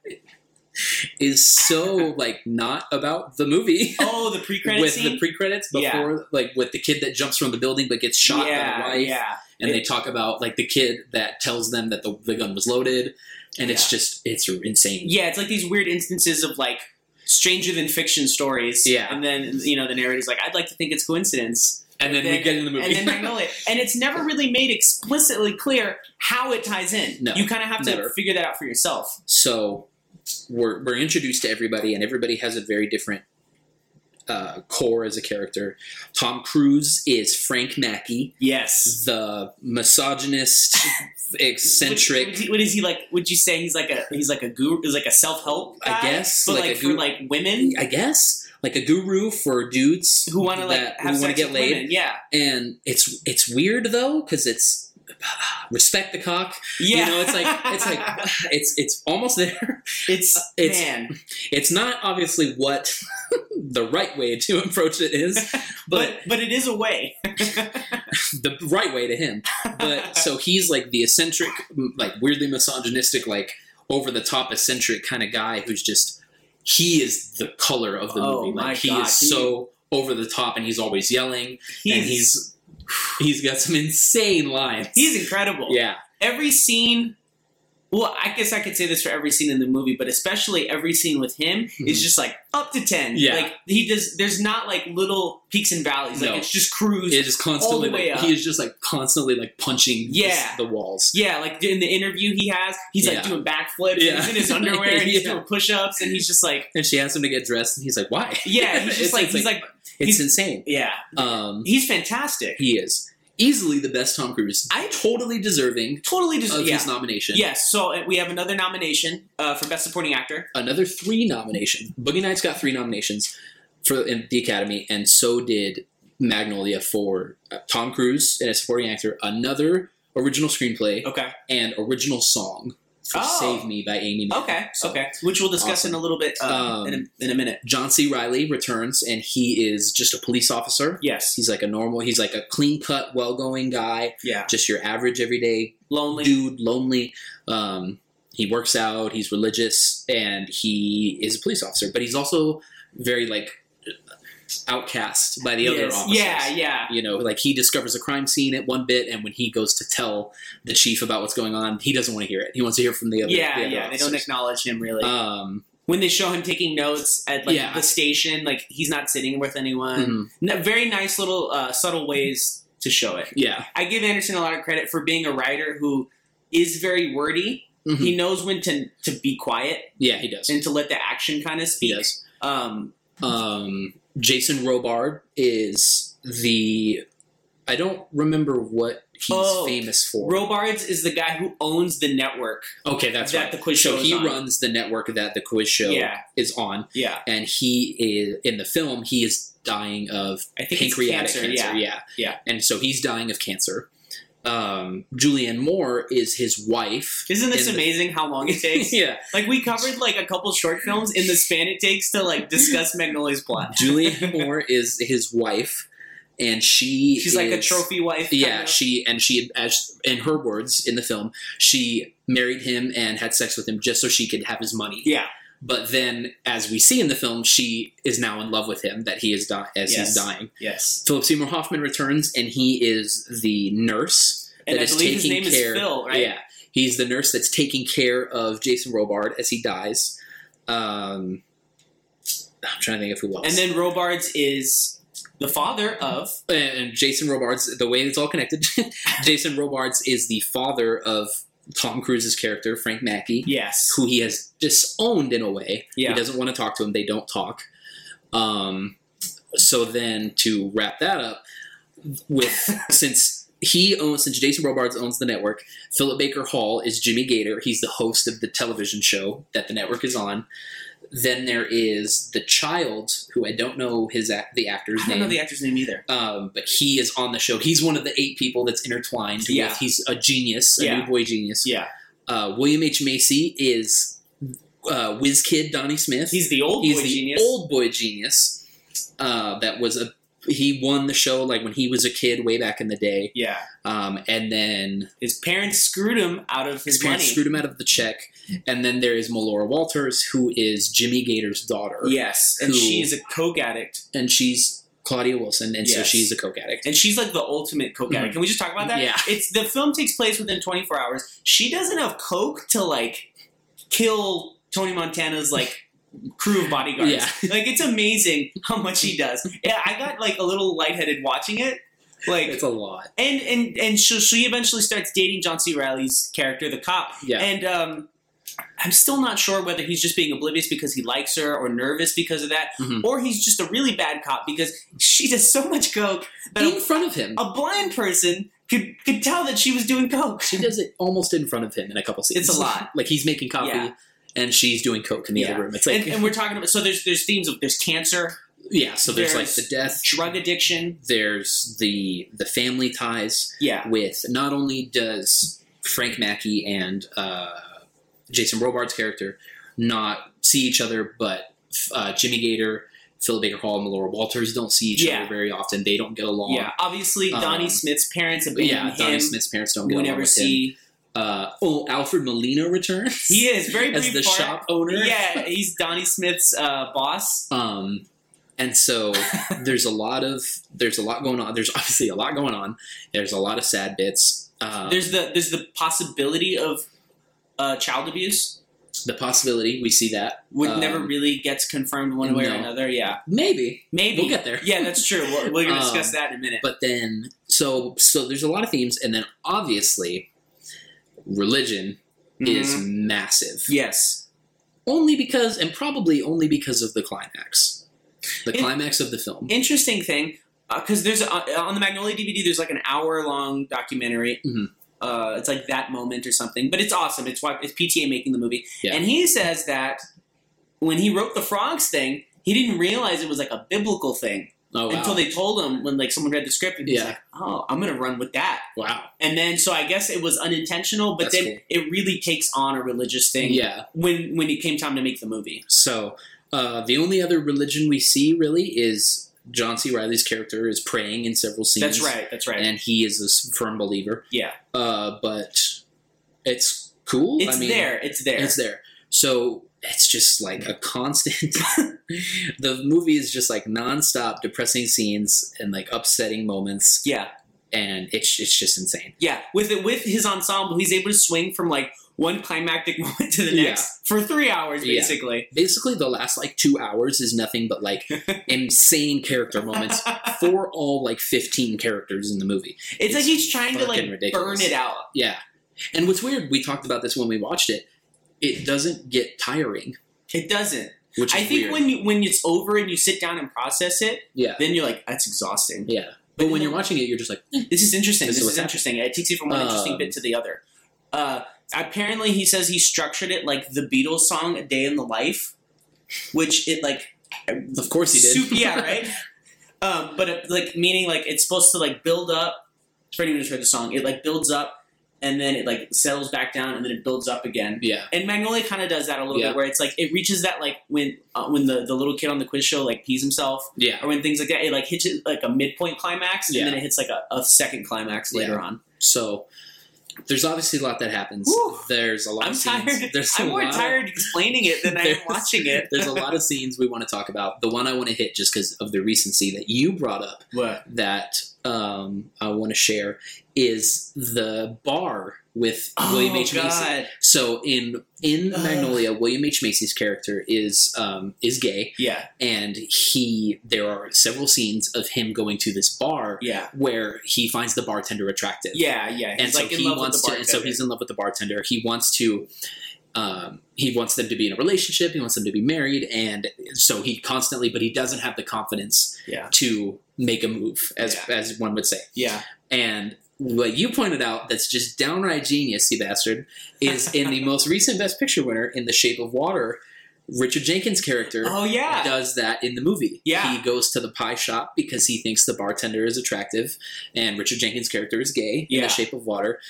[SPEAKER 3] is so like not about the movie
[SPEAKER 4] Oh, the pre-credit
[SPEAKER 3] with
[SPEAKER 4] scene.
[SPEAKER 3] the pre-credits
[SPEAKER 4] Yeah.
[SPEAKER 3] before like with the kid that jumps from the building but gets shot by
[SPEAKER 4] yeah,
[SPEAKER 3] the wife
[SPEAKER 4] yeah.
[SPEAKER 3] and they
[SPEAKER 4] It-
[SPEAKER 3] talk about like the kid that tells them that the, the gun was loaded and it's just it's insane
[SPEAKER 4] yeah, it's like these weird instances of like stranger than fiction stories.
[SPEAKER 3] Yeah.
[SPEAKER 4] and then you know the narrator's like, I'd like to think it's coincidence,
[SPEAKER 3] and then, we get in the movie
[SPEAKER 4] and then Magnolia, and it's never really made explicitly clear how it ties in.
[SPEAKER 3] No,
[SPEAKER 4] you kind of have to
[SPEAKER 3] never.
[SPEAKER 4] figure that out for yourself.
[SPEAKER 3] so we're, we're introduced to everybody and everybody has a very different uh, core as a character tom cruise is frank mackey
[SPEAKER 4] Yes,
[SPEAKER 3] the misogynist,
[SPEAKER 4] What,
[SPEAKER 3] eccentric.
[SPEAKER 4] what, is he, what is he like? Would you say he's like a he's like a guru? Is like a self help?
[SPEAKER 3] I guess,
[SPEAKER 4] but
[SPEAKER 3] like
[SPEAKER 4] like,
[SPEAKER 3] a
[SPEAKER 4] for
[SPEAKER 3] guru-
[SPEAKER 4] like women
[SPEAKER 3] I guess like a guru for dudes
[SPEAKER 4] who want to like
[SPEAKER 3] that-
[SPEAKER 4] have
[SPEAKER 3] who
[SPEAKER 4] sex
[SPEAKER 3] want to get
[SPEAKER 4] with
[SPEAKER 3] laid.
[SPEAKER 4] women. Yeah,
[SPEAKER 3] And it's it's weird though because it's respect the cock.
[SPEAKER 4] yeah.
[SPEAKER 3] You know, it's like it's like it's it's almost there.
[SPEAKER 4] it's
[SPEAKER 3] it's-
[SPEAKER 4] man,
[SPEAKER 3] It's not obviously what the right way to approach it is,
[SPEAKER 4] but but it is a way.
[SPEAKER 3] the right way to him. But so he's like the eccentric, like weirdly misogynistic, like over the top eccentric kind of guy who's just he is the color of the
[SPEAKER 4] Oh
[SPEAKER 3] movie.
[SPEAKER 4] my
[SPEAKER 3] Like he
[SPEAKER 4] God,
[SPEAKER 3] is
[SPEAKER 4] can
[SPEAKER 3] so over the top, and he's always yelling, and he's he's got some insane lines.
[SPEAKER 4] he's incredible.
[SPEAKER 3] yeah,
[SPEAKER 4] every scene well i guess i could say this for every scene in the movie but especially every scene with him is just like up to 10
[SPEAKER 3] Hmm. Yeah.
[SPEAKER 4] like he does there's not like little peaks and valleys like
[SPEAKER 3] No.
[SPEAKER 4] it's just cruise
[SPEAKER 3] he is just constantly
[SPEAKER 4] way
[SPEAKER 3] like,
[SPEAKER 4] up.
[SPEAKER 3] he is just like constantly like punching this-
[SPEAKER 4] Yeah.
[SPEAKER 3] the walls.
[SPEAKER 4] yeah, like in the interview he has, he's like
[SPEAKER 3] Yeah.
[SPEAKER 4] doing backflips.
[SPEAKER 3] Yeah.
[SPEAKER 4] And he's in his underwear and he's
[SPEAKER 3] Yeah.
[SPEAKER 4] doing push-ups, and he's just like,
[SPEAKER 3] And she asks him to get dressed, and he's like, "Why?"
[SPEAKER 4] yeah, he's just
[SPEAKER 3] It's-
[SPEAKER 4] like,
[SPEAKER 3] it's
[SPEAKER 4] he's like,
[SPEAKER 3] it's
[SPEAKER 4] he's-
[SPEAKER 3] insane.
[SPEAKER 4] yeah,
[SPEAKER 3] Um,
[SPEAKER 4] he's fantastic.
[SPEAKER 3] he is easily the best Tom Cruise. I totally deserving
[SPEAKER 4] totally just
[SPEAKER 3] of
[SPEAKER 4] yeah.
[SPEAKER 3] his nomination.
[SPEAKER 4] Yes, so uh, we have another nomination uh, for best supporting actor.
[SPEAKER 3] Another three nomination. Boogie Nights got three nominations for in the Academy, and so did Magnolia for uh, Tom Cruise and a supporting actor. Another original screenplay
[SPEAKER 4] Okay,
[SPEAKER 3] and original song for
[SPEAKER 4] Oh.
[SPEAKER 3] "Save Me" by Amy. Mann.
[SPEAKER 4] okay,
[SPEAKER 3] So,
[SPEAKER 4] okay, which we'll discuss
[SPEAKER 3] Awesome.
[SPEAKER 4] in a little bit uh,
[SPEAKER 3] Um,
[SPEAKER 4] in, a, in a minute.
[SPEAKER 3] John C. Riley returns, and he is just a police officer.
[SPEAKER 4] Yes,
[SPEAKER 3] He's like a normal. He's like a clean cut, well going guy,
[SPEAKER 4] yeah,
[SPEAKER 3] just your average everyday
[SPEAKER 4] lonely.
[SPEAKER 3] dude, lonely. Um, he works out. He's religious, and he is a police officer. But he's also very like outcast by the other
[SPEAKER 4] Yes.
[SPEAKER 3] officers.
[SPEAKER 4] yeah, yeah,
[SPEAKER 3] You know, like he discovers a crime scene at one bit, and when he goes to tell the chief about what's going on, he doesn't want to hear it. He wants to hear from the other.
[SPEAKER 4] yeah,
[SPEAKER 3] the
[SPEAKER 4] yeah.
[SPEAKER 3] other
[SPEAKER 4] They don't
[SPEAKER 3] officers.
[SPEAKER 4] acknowledge him really.
[SPEAKER 3] Um,
[SPEAKER 4] when they show him taking notes at like
[SPEAKER 3] Yeah.
[SPEAKER 4] the station, like he's not sitting with anyone.
[SPEAKER 3] mhm.
[SPEAKER 4] No, very nice little uh, subtle ways to show it.
[SPEAKER 3] yeah,
[SPEAKER 4] I give Anderson a lot of credit for being a writer who is very wordy.
[SPEAKER 3] Mhm.
[SPEAKER 4] He knows when to to be quiet
[SPEAKER 3] yeah, he does.
[SPEAKER 4] and to let the action kind of
[SPEAKER 3] He
[SPEAKER 4] speak.
[SPEAKER 3] does.
[SPEAKER 4] Um,
[SPEAKER 3] Um, Jason Robard is the. I don't remember what he's
[SPEAKER 4] Oh,
[SPEAKER 3] famous for.
[SPEAKER 4] Robards is the guy who owns the network.
[SPEAKER 3] okay, that's
[SPEAKER 4] that
[SPEAKER 3] right.
[SPEAKER 4] the quiz
[SPEAKER 3] so
[SPEAKER 4] show is
[SPEAKER 3] he
[SPEAKER 4] on.
[SPEAKER 3] runs the network that the quiz show
[SPEAKER 4] Yeah,
[SPEAKER 3] is on,
[SPEAKER 4] yeah.
[SPEAKER 3] and he is in the film. He is dying of
[SPEAKER 4] I think it's
[SPEAKER 3] pancreatic
[SPEAKER 4] cancer,
[SPEAKER 3] cancer.
[SPEAKER 4] Yeah.
[SPEAKER 3] Yeah.
[SPEAKER 4] Yeah.
[SPEAKER 3] And so he's dying of cancer. Um, Julianne Moore is his wife.
[SPEAKER 4] Isn't this
[SPEAKER 3] in the-
[SPEAKER 4] amazing how long it takes?
[SPEAKER 3] yeah.
[SPEAKER 4] Like we covered like a couple short films in the span it takes to like discuss Magnolia's plot.
[SPEAKER 3] Julianne Moore is his wife, and she
[SPEAKER 4] She's like a
[SPEAKER 3] is-
[SPEAKER 4] trophy wife. kind
[SPEAKER 3] Yeah,
[SPEAKER 4] of.
[SPEAKER 3] she and she as in her words in the film, she married him and had sex with him just so she could have his money.
[SPEAKER 4] yeah,
[SPEAKER 3] But then, as we see in the film, she is now in love with him that he is di- as
[SPEAKER 4] Yes.
[SPEAKER 3] he's dying.
[SPEAKER 4] yes.
[SPEAKER 3] Philip Seymour Hoffman returns, and he is the nurse
[SPEAKER 4] And
[SPEAKER 3] that
[SPEAKER 4] I
[SPEAKER 3] is
[SPEAKER 4] believe his
[SPEAKER 3] taking
[SPEAKER 4] name
[SPEAKER 3] care.
[SPEAKER 4] is Phil, right?
[SPEAKER 3] Yeah, he's the nurse that's taking care of Jason Robard as he dies. Um, I'm trying to think of who else.
[SPEAKER 4] And then Robards is the father of
[SPEAKER 3] and Jason Robards, the way it's all connected, Jason Robards is the father of Tom Cruise's character, Frank Mackey,
[SPEAKER 4] yes,
[SPEAKER 3] who he has disowned in a way. He
[SPEAKER 4] yeah,
[SPEAKER 3] doesn't want to talk to him. They don't talk. Um, so then to wrap that up, with since he owns since Jason Robards owns the network, Philip Baker Hall is Jimmy Gator. He's the host of the television show that the network is on. Then there is the child who I don't know his ac- the actor's
[SPEAKER 4] I don't
[SPEAKER 3] name
[SPEAKER 4] know the actor's name either.
[SPEAKER 3] um, but he is on the show. He's one of the eight people that's intertwined.
[SPEAKER 4] Yeah.
[SPEAKER 3] with. he's a genius, a
[SPEAKER 4] Yeah.
[SPEAKER 3] new boy genius.
[SPEAKER 4] Yeah,
[SPEAKER 3] Uh, William H Macy is uh, whiz kid Donnie Smith.
[SPEAKER 4] he's the old
[SPEAKER 3] He's
[SPEAKER 4] boy
[SPEAKER 3] the
[SPEAKER 4] genius.
[SPEAKER 3] old boy genius. Uh, that was a he won the show like when he was a kid way back in the day.
[SPEAKER 4] yeah,
[SPEAKER 3] Um, and then
[SPEAKER 4] his parents screwed him out of his,
[SPEAKER 3] his parents
[SPEAKER 4] money.
[SPEAKER 3] screwed him out of the check. And then there is Melora Walters, who is Jimmy Gator's daughter,
[SPEAKER 4] Yes, and
[SPEAKER 3] Who-
[SPEAKER 4] she is a coke addict,
[SPEAKER 3] and she's Claudia Wilson, and so
[SPEAKER 4] Yes.
[SPEAKER 3] she's a coke addict.
[SPEAKER 4] and she's like the ultimate coke addict. Can we just talk about that?
[SPEAKER 3] Mm-hmm. Yeah.
[SPEAKER 4] It's the film takes place within 24 hours. She doesn't have coke to like kill Tony Montana's like crew of bodyguards.
[SPEAKER 3] Yeah.
[SPEAKER 4] Like it's amazing how much he does. Yeah, I got like a little lightheaded watching it. Like
[SPEAKER 3] It's a lot.
[SPEAKER 4] and and and so she eventually starts dating John C. Riley's character, the cop,
[SPEAKER 3] Yeah.
[SPEAKER 4] and um, I'm still not sure whether he's just being oblivious because he likes her or nervous because of that,
[SPEAKER 3] Mhm.
[SPEAKER 4] or he's just a really bad cop because she does so much coke that
[SPEAKER 3] in
[SPEAKER 4] a,
[SPEAKER 3] front of him.
[SPEAKER 4] a blind person could could tell that she was doing coke.
[SPEAKER 3] She does it almost in front of him in a couple scenes.
[SPEAKER 4] It's a lot.
[SPEAKER 3] like he's making coffee
[SPEAKER 4] Yeah.
[SPEAKER 3] and she's doing coke in the
[SPEAKER 4] Yeah.
[SPEAKER 3] other room. It's like
[SPEAKER 4] And, and we're talking about so there's there's themes of there's cancer,
[SPEAKER 3] yeah. So there's, like
[SPEAKER 4] there's
[SPEAKER 3] the death.
[SPEAKER 4] drug addiction,
[SPEAKER 3] There's the the family ties
[SPEAKER 4] yeah,
[SPEAKER 3] with not only does Frank Mackey and uh, Jason Robards' character not see each other, but uh, Jimmy Gator, Philip Baker Hall, and Melora Walters don't see each
[SPEAKER 4] Yeah.
[SPEAKER 3] other very often. They don't get along.
[SPEAKER 4] yeah. Obviously, Donnie
[SPEAKER 3] Um,
[SPEAKER 4] Smith's parents
[SPEAKER 3] But
[SPEAKER 4] abandoned
[SPEAKER 3] yeah,
[SPEAKER 4] him.
[SPEAKER 3] Donnie Smith's parents don't
[SPEAKER 4] we
[SPEAKER 3] get along
[SPEAKER 4] never
[SPEAKER 3] with him.
[SPEAKER 4] see.
[SPEAKER 3] Uh, oh, Alfred Molina returns
[SPEAKER 4] He is very brief
[SPEAKER 3] as the
[SPEAKER 4] part.
[SPEAKER 3] shop owner.
[SPEAKER 4] Yeah, he's Donnie Smith's uh, boss.
[SPEAKER 3] Um, and so there's a lot of there's a lot going on. There's obviously a lot going on. There's a lot of sad bits. Um,
[SPEAKER 4] There's the there's the possibility of uh, child abuse,
[SPEAKER 3] the possibility we see that
[SPEAKER 4] which
[SPEAKER 3] Um,
[SPEAKER 4] never really gets confirmed one way or
[SPEAKER 3] no.
[SPEAKER 4] another. Yeah,
[SPEAKER 3] maybe
[SPEAKER 4] maybe
[SPEAKER 3] we'll get there.
[SPEAKER 4] Yeah, that's true. We're, we're gonna discuss
[SPEAKER 3] Um,
[SPEAKER 4] that in a minute.
[SPEAKER 3] But then so so there's a lot of themes, and then obviously religion is
[SPEAKER 4] Mhm.
[SPEAKER 3] massive.
[SPEAKER 4] yes,
[SPEAKER 3] Only because and probably only because of the climax, the
[SPEAKER 4] It-
[SPEAKER 3] climax of the film.
[SPEAKER 4] interesting thing because there's uh, on the Magnolia DVD there's like an hour long documentary.
[SPEAKER 3] Mhm.
[SPEAKER 4] Uh, it's like that moment or something, but it's awesome. It's why it's PTA making the movie,
[SPEAKER 3] Yeah.
[SPEAKER 4] and he says that when he wrote the frogs thing, he didn't realize it was like a biblical thing.
[SPEAKER 3] oh wow!
[SPEAKER 4] until they told him when like someone read the script and he's
[SPEAKER 3] Yeah.
[SPEAKER 4] like, "Oh, I'm gonna run with that."
[SPEAKER 3] wow!
[SPEAKER 4] And then so I guess it was unintentional, but
[SPEAKER 3] That's
[SPEAKER 4] then
[SPEAKER 3] cool.
[SPEAKER 4] it really takes on a religious thing
[SPEAKER 3] Yeah.
[SPEAKER 4] when when it came time to make the movie.
[SPEAKER 3] So uh, the only other religion we see really is John C. Riley's character is praying in several scenes.
[SPEAKER 4] That's right. That's right.
[SPEAKER 3] and he is a s- firm believer.
[SPEAKER 4] Yeah.
[SPEAKER 3] uh, but it's cool.
[SPEAKER 4] it's
[SPEAKER 3] I mean,
[SPEAKER 4] there. It's there.
[SPEAKER 3] It's there. So it's just like a constant. the movie is just like nonstop depressing scenes and like upsetting moments,
[SPEAKER 4] Yeah,
[SPEAKER 3] and it's it's just insane.
[SPEAKER 4] yeah. With it, with his ensemble, he's able to swing from like one climactic moment to the
[SPEAKER 3] Yeah.
[SPEAKER 4] next for three hours,
[SPEAKER 3] Yeah.
[SPEAKER 4] basically.
[SPEAKER 3] Basically, the last like two hours is nothing but like insane character moments for all like fifteen characters in the movie.
[SPEAKER 4] It's, like
[SPEAKER 3] It's
[SPEAKER 4] he's trying to like
[SPEAKER 3] fucking ridiculous.
[SPEAKER 4] burn it out.
[SPEAKER 3] Yeah, and what's weird, we talked about this when we watched it. It doesn't get tiring,
[SPEAKER 4] It doesn't.
[SPEAKER 3] which is
[SPEAKER 4] I think
[SPEAKER 3] weird.
[SPEAKER 4] when you when it's over and you sit down and process it,
[SPEAKER 3] yeah,
[SPEAKER 4] then you're like, that's exhausting.
[SPEAKER 3] yeah. But when
[SPEAKER 4] then-
[SPEAKER 3] you're watching it, you're just like,
[SPEAKER 4] This is interesting.
[SPEAKER 3] This
[SPEAKER 4] This,
[SPEAKER 3] is what's
[SPEAKER 4] is interesting. It takes you from one interesting
[SPEAKER 3] Um,
[SPEAKER 4] bit to the other. Uh, apparently, he says he structured it like the Beatles song "A Day in the Life," which it like
[SPEAKER 3] of course he did.
[SPEAKER 4] Super, yeah, right. um, but it, like meaning like it's supposed to like build up. For anyone who's heard the song, it like builds up and then it like settles back down and then it builds up again.
[SPEAKER 3] yeah,
[SPEAKER 4] And Magnolia kind of does that a little
[SPEAKER 3] Yeah.
[SPEAKER 4] bit, where it's like it reaches that like when uh, when the, the little kid on the quiz show like pees himself,
[SPEAKER 3] yeah.
[SPEAKER 4] or when things like that, it like hits it, like a midpoint climax,
[SPEAKER 3] Yeah.
[SPEAKER 4] and then it hits like a, a second climax
[SPEAKER 3] Yeah.
[SPEAKER 4] later on.
[SPEAKER 3] So there's obviously a lot that happens.
[SPEAKER 4] Whew.
[SPEAKER 3] There's a lot
[SPEAKER 4] I'm
[SPEAKER 3] of scenes.
[SPEAKER 4] tired.
[SPEAKER 3] There's a
[SPEAKER 4] I'm more
[SPEAKER 3] lot of-
[SPEAKER 4] tired explaining it than I am
[SPEAKER 3] There's-
[SPEAKER 4] watching it.
[SPEAKER 3] there's a lot of scenes we want to talk about. The one I want to hit just because of the recency that you brought up
[SPEAKER 4] What?
[SPEAKER 3] that um, I want to share is the bar with
[SPEAKER 4] Oh,
[SPEAKER 3] William H. Macy.
[SPEAKER 4] God.
[SPEAKER 3] So in in
[SPEAKER 4] Ugh.
[SPEAKER 3] Magnolia, William H. Macy's character is um, is gay
[SPEAKER 4] Yeah,
[SPEAKER 3] and he there are several scenes of him going to this bar
[SPEAKER 4] yeah,
[SPEAKER 3] where he finds the bartender attractive.
[SPEAKER 4] yeah, yeah.
[SPEAKER 3] and
[SPEAKER 4] He's,
[SPEAKER 3] so
[SPEAKER 4] like in
[SPEAKER 3] he
[SPEAKER 4] love
[SPEAKER 3] wants
[SPEAKER 4] with
[SPEAKER 3] to
[SPEAKER 4] the
[SPEAKER 3] and so
[SPEAKER 4] bartender.
[SPEAKER 3] he's in love with the bartender he wants to um, he wants them to be in a relationship he wants them to be married and so he constantly but he doesn't have the confidence
[SPEAKER 4] Yeah.
[SPEAKER 3] to make a move as as one would say
[SPEAKER 4] yeah.
[SPEAKER 3] and what you pointed out that's just downright genius you bastard is in the most recent best picture winner in the shape of water richard jenkins character
[SPEAKER 4] Oh yeah.
[SPEAKER 3] does that in the movie.
[SPEAKER 4] Yeah.
[SPEAKER 3] He goes to the pie shop because he thinks the bartender is attractive and Richard Jenkins' character is gay in
[SPEAKER 4] Yeah.
[SPEAKER 3] the shape of water.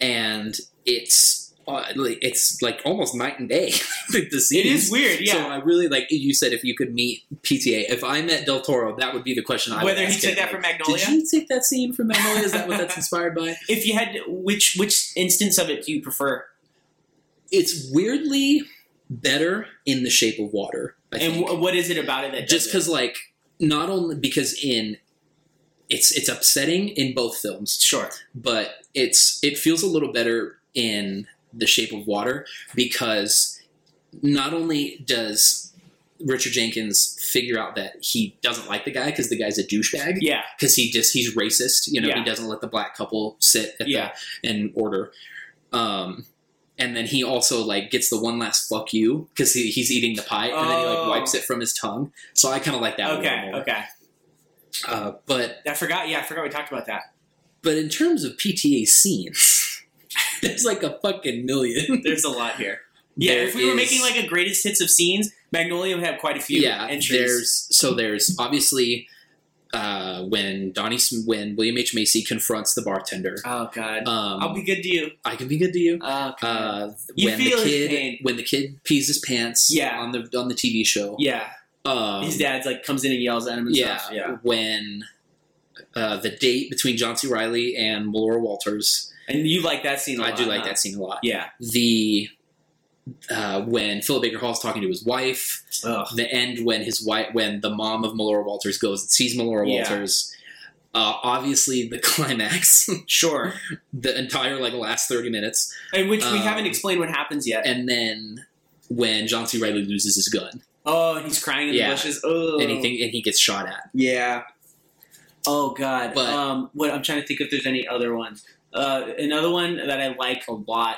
[SPEAKER 3] And it's uh, like- it's like almost night and day. like the
[SPEAKER 4] It
[SPEAKER 3] scenes.
[SPEAKER 4] is weird.
[SPEAKER 3] So
[SPEAKER 4] Yeah.
[SPEAKER 3] I really like you said if you could meet PTA. If I met Del Toro, that would be the question I
[SPEAKER 4] Whether
[SPEAKER 3] would
[SPEAKER 4] he
[SPEAKER 3] ask
[SPEAKER 4] took
[SPEAKER 3] him,
[SPEAKER 4] that
[SPEAKER 3] like,
[SPEAKER 4] from Magnolia?
[SPEAKER 3] Did you take that scene from Magnolia? Is that what that's inspired by?
[SPEAKER 4] if you had which which instance of it do you prefer?
[SPEAKER 3] It's weirdly better in the shape of water. I
[SPEAKER 4] and
[SPEAKER 3] think.
[SPEAKER 4] wh- what is it about it that
[SPEAKER 3] just because
[SPEAKER 4] does it?
[SPEAKER 3] like not only because in it's it's upsetting in both films
[SPEAKER 4] sure
[SPEAKER 3] but it's it feels a little better in the shape of water because not only does richard jenkins figure out that he doesn't like the guy because the guy's a douchebag
[SPEAKER 4] yeah
[SPEAKER 3] because he just he's racist you know
[SPEAKER 4] Yeah.
[SPEAKER 3] he doesn't let the black couple sit at
[SPEAKER 4] Yeah.
[SPEAKER 3] the and order um and then he also like gets the one last fuck you because he, he's eating the pie and then he
[SPEAKER 4] Oh.
[SPEAKER 3] like wipes it from his tongue so i kind of like that a little
[SPEAKER 4] okay
[SPEAKER 3] more.
[SPEAKER 4] okay
[SPEAKER 3] Uh, but
[SPEAKER 4] I forgot yeah I forgot we talked about that
[SPEAKER 3] but in terms of pta scenes there's like a fucking million
[SPEAKER 4] there's a lot here yeah
[SPEAKER 3] There
[SPEAKER 4] if we were
[SPEAKER 3] is-
[SPEAKER 4] making like a greatest hits of scenes Magnolia would have quite a few
[SPEAKER 3] yeah
[SPEAKER 4] entries
[SPEAKER 3] there's so there's obviously uh, when Donnie Sm- when William H Macy confronts the bartender,
[SPEAKER 4] oh god
[SPEAKER 3] um,
[SPEAKER 4] I'll be good to you
[SPEAKER 3] I can be good to you.
[SPEAKER 4] oh god
[SPEAKER 3] uh,
[SPEAKER 4] You
[SPEAKER 3] when
[SPEAKER 4] feel
[SPEAKER 3] the
[SPEAKER 4] his
[SPEAKER 3] kid
[SPEAKER 4] pain.
[SPEAKER 3] when the kid pees his pants
[SPEAKER 4] Yeah.
[SPEAKER 3] on the on the TV show.
[SPEAKER 4] yeah
[SPEAKER 3] Um,
[SPEAKER 4] his dad's like comes in and yells at him and
[SPEAKER 3] yeah,
[SPEAKER 4] stuff yeah
[SPEAKER 3] when uh, the date between John C. Riley and Laura Walters.
[SPEAKER 4] and you like that scene a
[SPEAKER 3] I
[SPEAKER 4] lot,
[SPEAKER 3] do like
[SPEAKER 4] huh?
[SPEAKER 3] that scene a lot.
[SPEAKER 4] yeah
[SPEAKER 3] The uh, when Philip Baker Hall's talking to his wife,
[SPEAKER 4] Ugh.
[SPEAKER 3] the end when his wife when the mom of Melora Walters goes and sees Melora
[SPEAKER 4] Yeah.
[SPEAKER 3] Walters. Uh, obviously, the climax,
[SPEAKER 4] sure
[SPEAKER 3] the entire like last thirty minutes,
[SPEAKER 4] in which we
[SPEAKER 3] Um,
[SPEAKER 4] haven't explained what happens yet
[SPEAKER 3] and then when John C. Riley loses his gun.
[SPEAKER 4] oh and he's crying in
[SPEAKER 3] Yeah.
[SPEAKER 4] the bushes oh
[SPEAKER 3] anything and he gets shot at.
[SPEAKER 4] Yeah. Oh God.
[SPEAKER 3] But-
[SPEAKER 4] um, what I'm trying to think if there's any other ones. Uh, another one that I like a lot,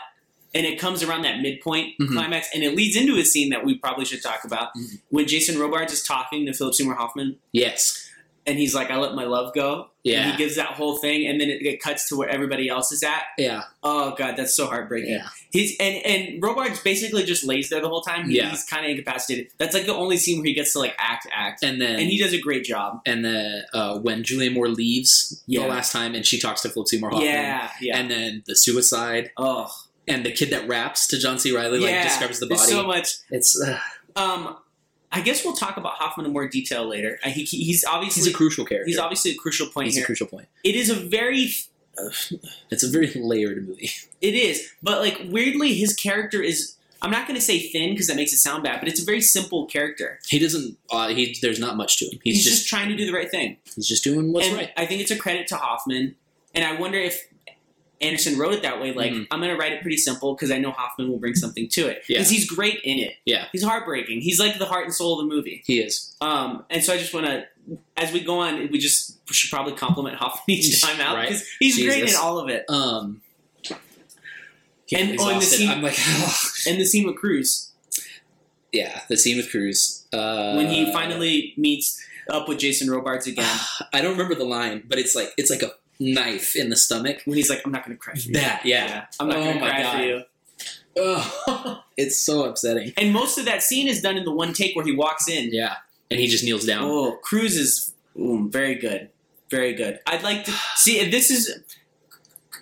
[SPEAKER 4] and it comes around that midpoint
[SPEAKER 3] Mhm.
[SPEAKER 4] climax, and it leads into a scene that we probably should talk about
[SPEAKER 3] Mhm.
[SPEAKER 4] when Jason Robards is talking to Philip Seymour Hoffman,
[SPEAKER 3] Yes.
[SPEAKER 4] and he's like, "I let my love go." And
[SPEAKER 3] Yeah.
[SPEAKER 4] he gives that whole thing, and then it, it cuts to where everybody else is at.
[SPEAKER 3] Yeah.
[SPEAKER 4] Oh God, that's so heartbreaking.
[SPEAKER 3] Yeah.
[SPEAKER 4] He's and and Robards basically just lays there the whole time. He-
[SPEAKER 3] Yeah.
[SPEAKER 4] He's kind of incapacitated. That's like the only scene where he gets to like act, act,
[SPEAKER 3] And then
[SPEAKER 4] and he does a great job.
[SPEAKER 3] and the uh, when Julia Moore leaves
[SPEAKER 4] Yeah.
[SPEAKER 3] the last time and she talks to Philip Seymour Hoffman.
[SPEAKER 4] Yeah, yeah.
[SPEAKER 3] And then the suicide
[SPEAKER 4] Oh,
[SPEAKER 3] and the kid that raps to John C. Riley like discovers the body.
[SPEAKER 4] There's so much.
[SPEAKER 3] it's uh,
[SPEAKER 4] Um, I guess we'll talk about Hoffman in more detail later. Uh, he, he- he's obviously
[SPEAKER 3] he's a crucial character.
[SPEAKER 4] he's obviously a crucial point
[SPEAKER 3] He's a
[SPEAKER 4] here.
[SPEAKER 3] crucial point.
[SPEAKER 4] it is a very
[SPEAKER 3] It's a very layered movie.
[SPEAKER 4] it is, but like weirdly, his character is I'm not going to say thin because that makes it sound bad, but it's a very simple character.
[SPEAKER 3] He doesn't. Uh, he there's not much to him.
[SPEAKER 4] He's,
[SPEAKER 3] He's,
[SPEAKER 4] just,
[SPEAKER 3] just,
[SPEAKER 4] trying to do the right thing.
[SPEAKER 3] he's just doing what's
[SPEAKER 4] and
[SPEAKER 3] right.
[SPEAKER 4] I think it's a credit to Hoffman, and I wonder if Anderson wrote it that way. Like,
[SPEAKER 3] Mhm.
[SPEAKER 4] I'm going to write it pretty simple because I know Hoffman will bring something to it
[SPEAKER 3] Yeah.
[SPEAKER 4] because he's great in it.
[SPEAKER 3] Yeah.
[SPEAKER 4] he's heartbreaking. He's like the heart and soul of the movie.
[SPEAKER 3] He is
[SPEAKER 4] Um, and so I just want to, as we go on, we just should probably compliment Hoffman each time out
[SPEAKER 3] Right.
[SPEAKER 4] because he's great in
[SPEAKER 3] Jesus.
[SPEAKER 4] all of it.
[SPEAKER 3] um. yeah, I'm
[SPEAKER 4] And- oh, and the
[SPEAKER 3] exhausted.
[SPEAKER 4] scene-
[SPEAKER 3] I'm like,
[SPEAKER 4] And the scene with Cruz
[SPEAKER 3] yeah, the scene with Cruz uh,
[SPEAKER 4] when he finally meets up with Jason Robards again,
[SPEAKER 3] I don't remember the line, but it's like it's like a knife in the stomach.
[SPEAKER 4] when he's like, "I'm not going to cry for you."
[SPEAKER 3] That yeah,
[SPEAKER 4] I'm not
[SPEAKER 3] Oh
[SPEAKER 4] going to
[SPEAKER 3] my
[SPEAKER 4] cry for
[SPEAKER 3] God.
[SPEAKER 4] you.
[SPEAKER 3] Ugh. it's so upsetting.
[SPEAKER 4] And most of that scene is done in the one take where he walks in.
[SPEAKER 3] Yeah, and he just kneels down.
[SPEAKER 4] Oh, Cruz is ooh, very good, very good. I'd like to see. This is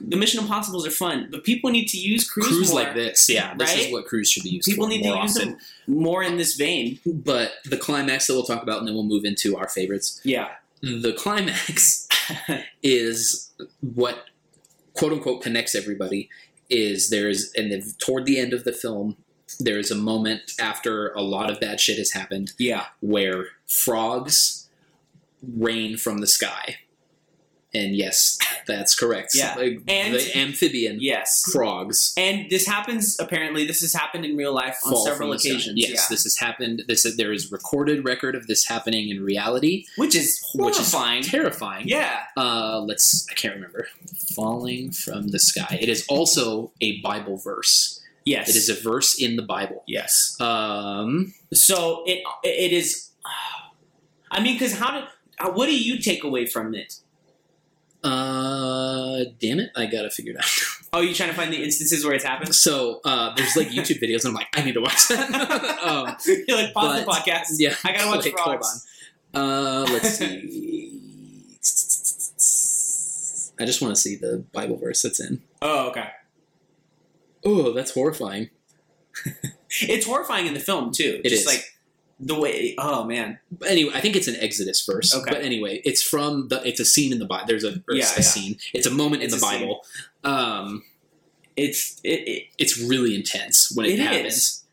[SPEAKER 4] the Mission Impossible's are fun, but people need to use Cruz,
[SPEAKER 3] Cruise,
[SPEAKER 4] more.
[SPEAKER 3] like this, yeah. This
[SPEAKER 4] right?
[SPEAKER 3] is what Cruise should be used
[SPEAKER 4] People
[SPEAKER 3] for
[SPEAKER 4] need to
[SPEAKER 3] more
[SPEAKER 4] use
[SPEAKER 3] often.
[SPEAKER 4] them more in this vein.
[SPEAKER 3] But the climax that we'll talk about, and then we'll move into our favorites.
[SPEAKER 4] Yeah.
[SPEAKER 3] The climax is what quote unquote connects everybody. Is there is and then toward the end of the film, there is a moment after a lot of bad shit has happened
[SPEAKER 4] yeah.
[SPEAKER 3] where frogs rain from the sky. And yes, that's correct.
[SPEAKER 4] Yeah.
[SPEAKER 3] Like,
[SPEAKER 4] And-
[SPEAKER 3] the amphibian
[SPEAKER 4] Yes.
[SPEAKER 3] frogs
[SPEAKER 4] And this happens apparently. This has happened in real life on
[SPEAKER 3] fall from
[SPEAKER 4] several
[SPEAKER 3] the sky.
[SPEAKER 4] occasions.
[SPEAKER 3] Yes,
[SPEAKER 4] Yeah.
[SPEAKER 3] this has happened. This there is recorded record of this happening in reality,
[SPEAKER 4] Which is
[SPEAKER 3] which is
[SPEAKER 4] horrifying.
[SPEAKER 3] terrifying.
[SPEAKER 4] yeah.
[SPEAKER 3] Uh, let's. I can't remember. Falling from the sky. It is also a Bible verse.
[SPEAKER 4] Yes.
[SPEAKER 3] It is a verse in the Bible.
[SPEAKER 4] Yes.
[SPEAKER 3] Um,
[SPEAKER 4] So it it is. I mean, because how do uh, what do you take away from it?
[SPEAKER 3] uh, damn it, I gotta figure it out.
[SPEAKER 4] Oh, you trying to find the instances where it's happened?
[SPEAKER 3] So uh, there's like YouTube videos, and I'm like, I need to watch that. um,
[SPEAKER 4] You're like pause
[SPEAKER 3] But-
[SPEAKER 4] the podcast.
[SPEAKER 3] yeah,
[SPEAKER 4] I gotta watch
[SPEAKER 3] like,
[SPEAKER 4] frogs.
[SPEAKER 3] Hold on. Uh, let's see. I just want to see the Bible verse that's in.
[SPEAKER 4] Oh, okay.
[SPEAKER 3] Oh, that's horrifying.
[SPEAKER 4] It's horrifying in the film too.
[SPEAKER 3] It
[SPEAKER 4] Just
[SPEAKER 3] is.
[SPEAKER 4] like the way. Oh man.
[SPEAKER 3] But anyway, I think it's an Exodus verse.
[SPEAKER 4] Okay.
[SPEAKER 3] But anyway, it's from the. It's a scene in the Bible. There's a, or
[SPEAKER 4] Yeah,
[SPEAKER 3] a
[SPEAKER 4] yeah.
[SPEAKER 3] scene. It's a moment
[SPEAKER 4] It's
[SPEAKER 3] in
[SPEAKER 4] a
[SPEAKER 3] the
[SPEAKER 4] scene.
[SPEAKER 3] Bible. Um,
[SPEAKER 4] It's it, it
[SPEAKER 3] it's really intense when it,
[SPEAKER 4] It
[SPEAKER 3] happens.
[SPEAKER 4] is.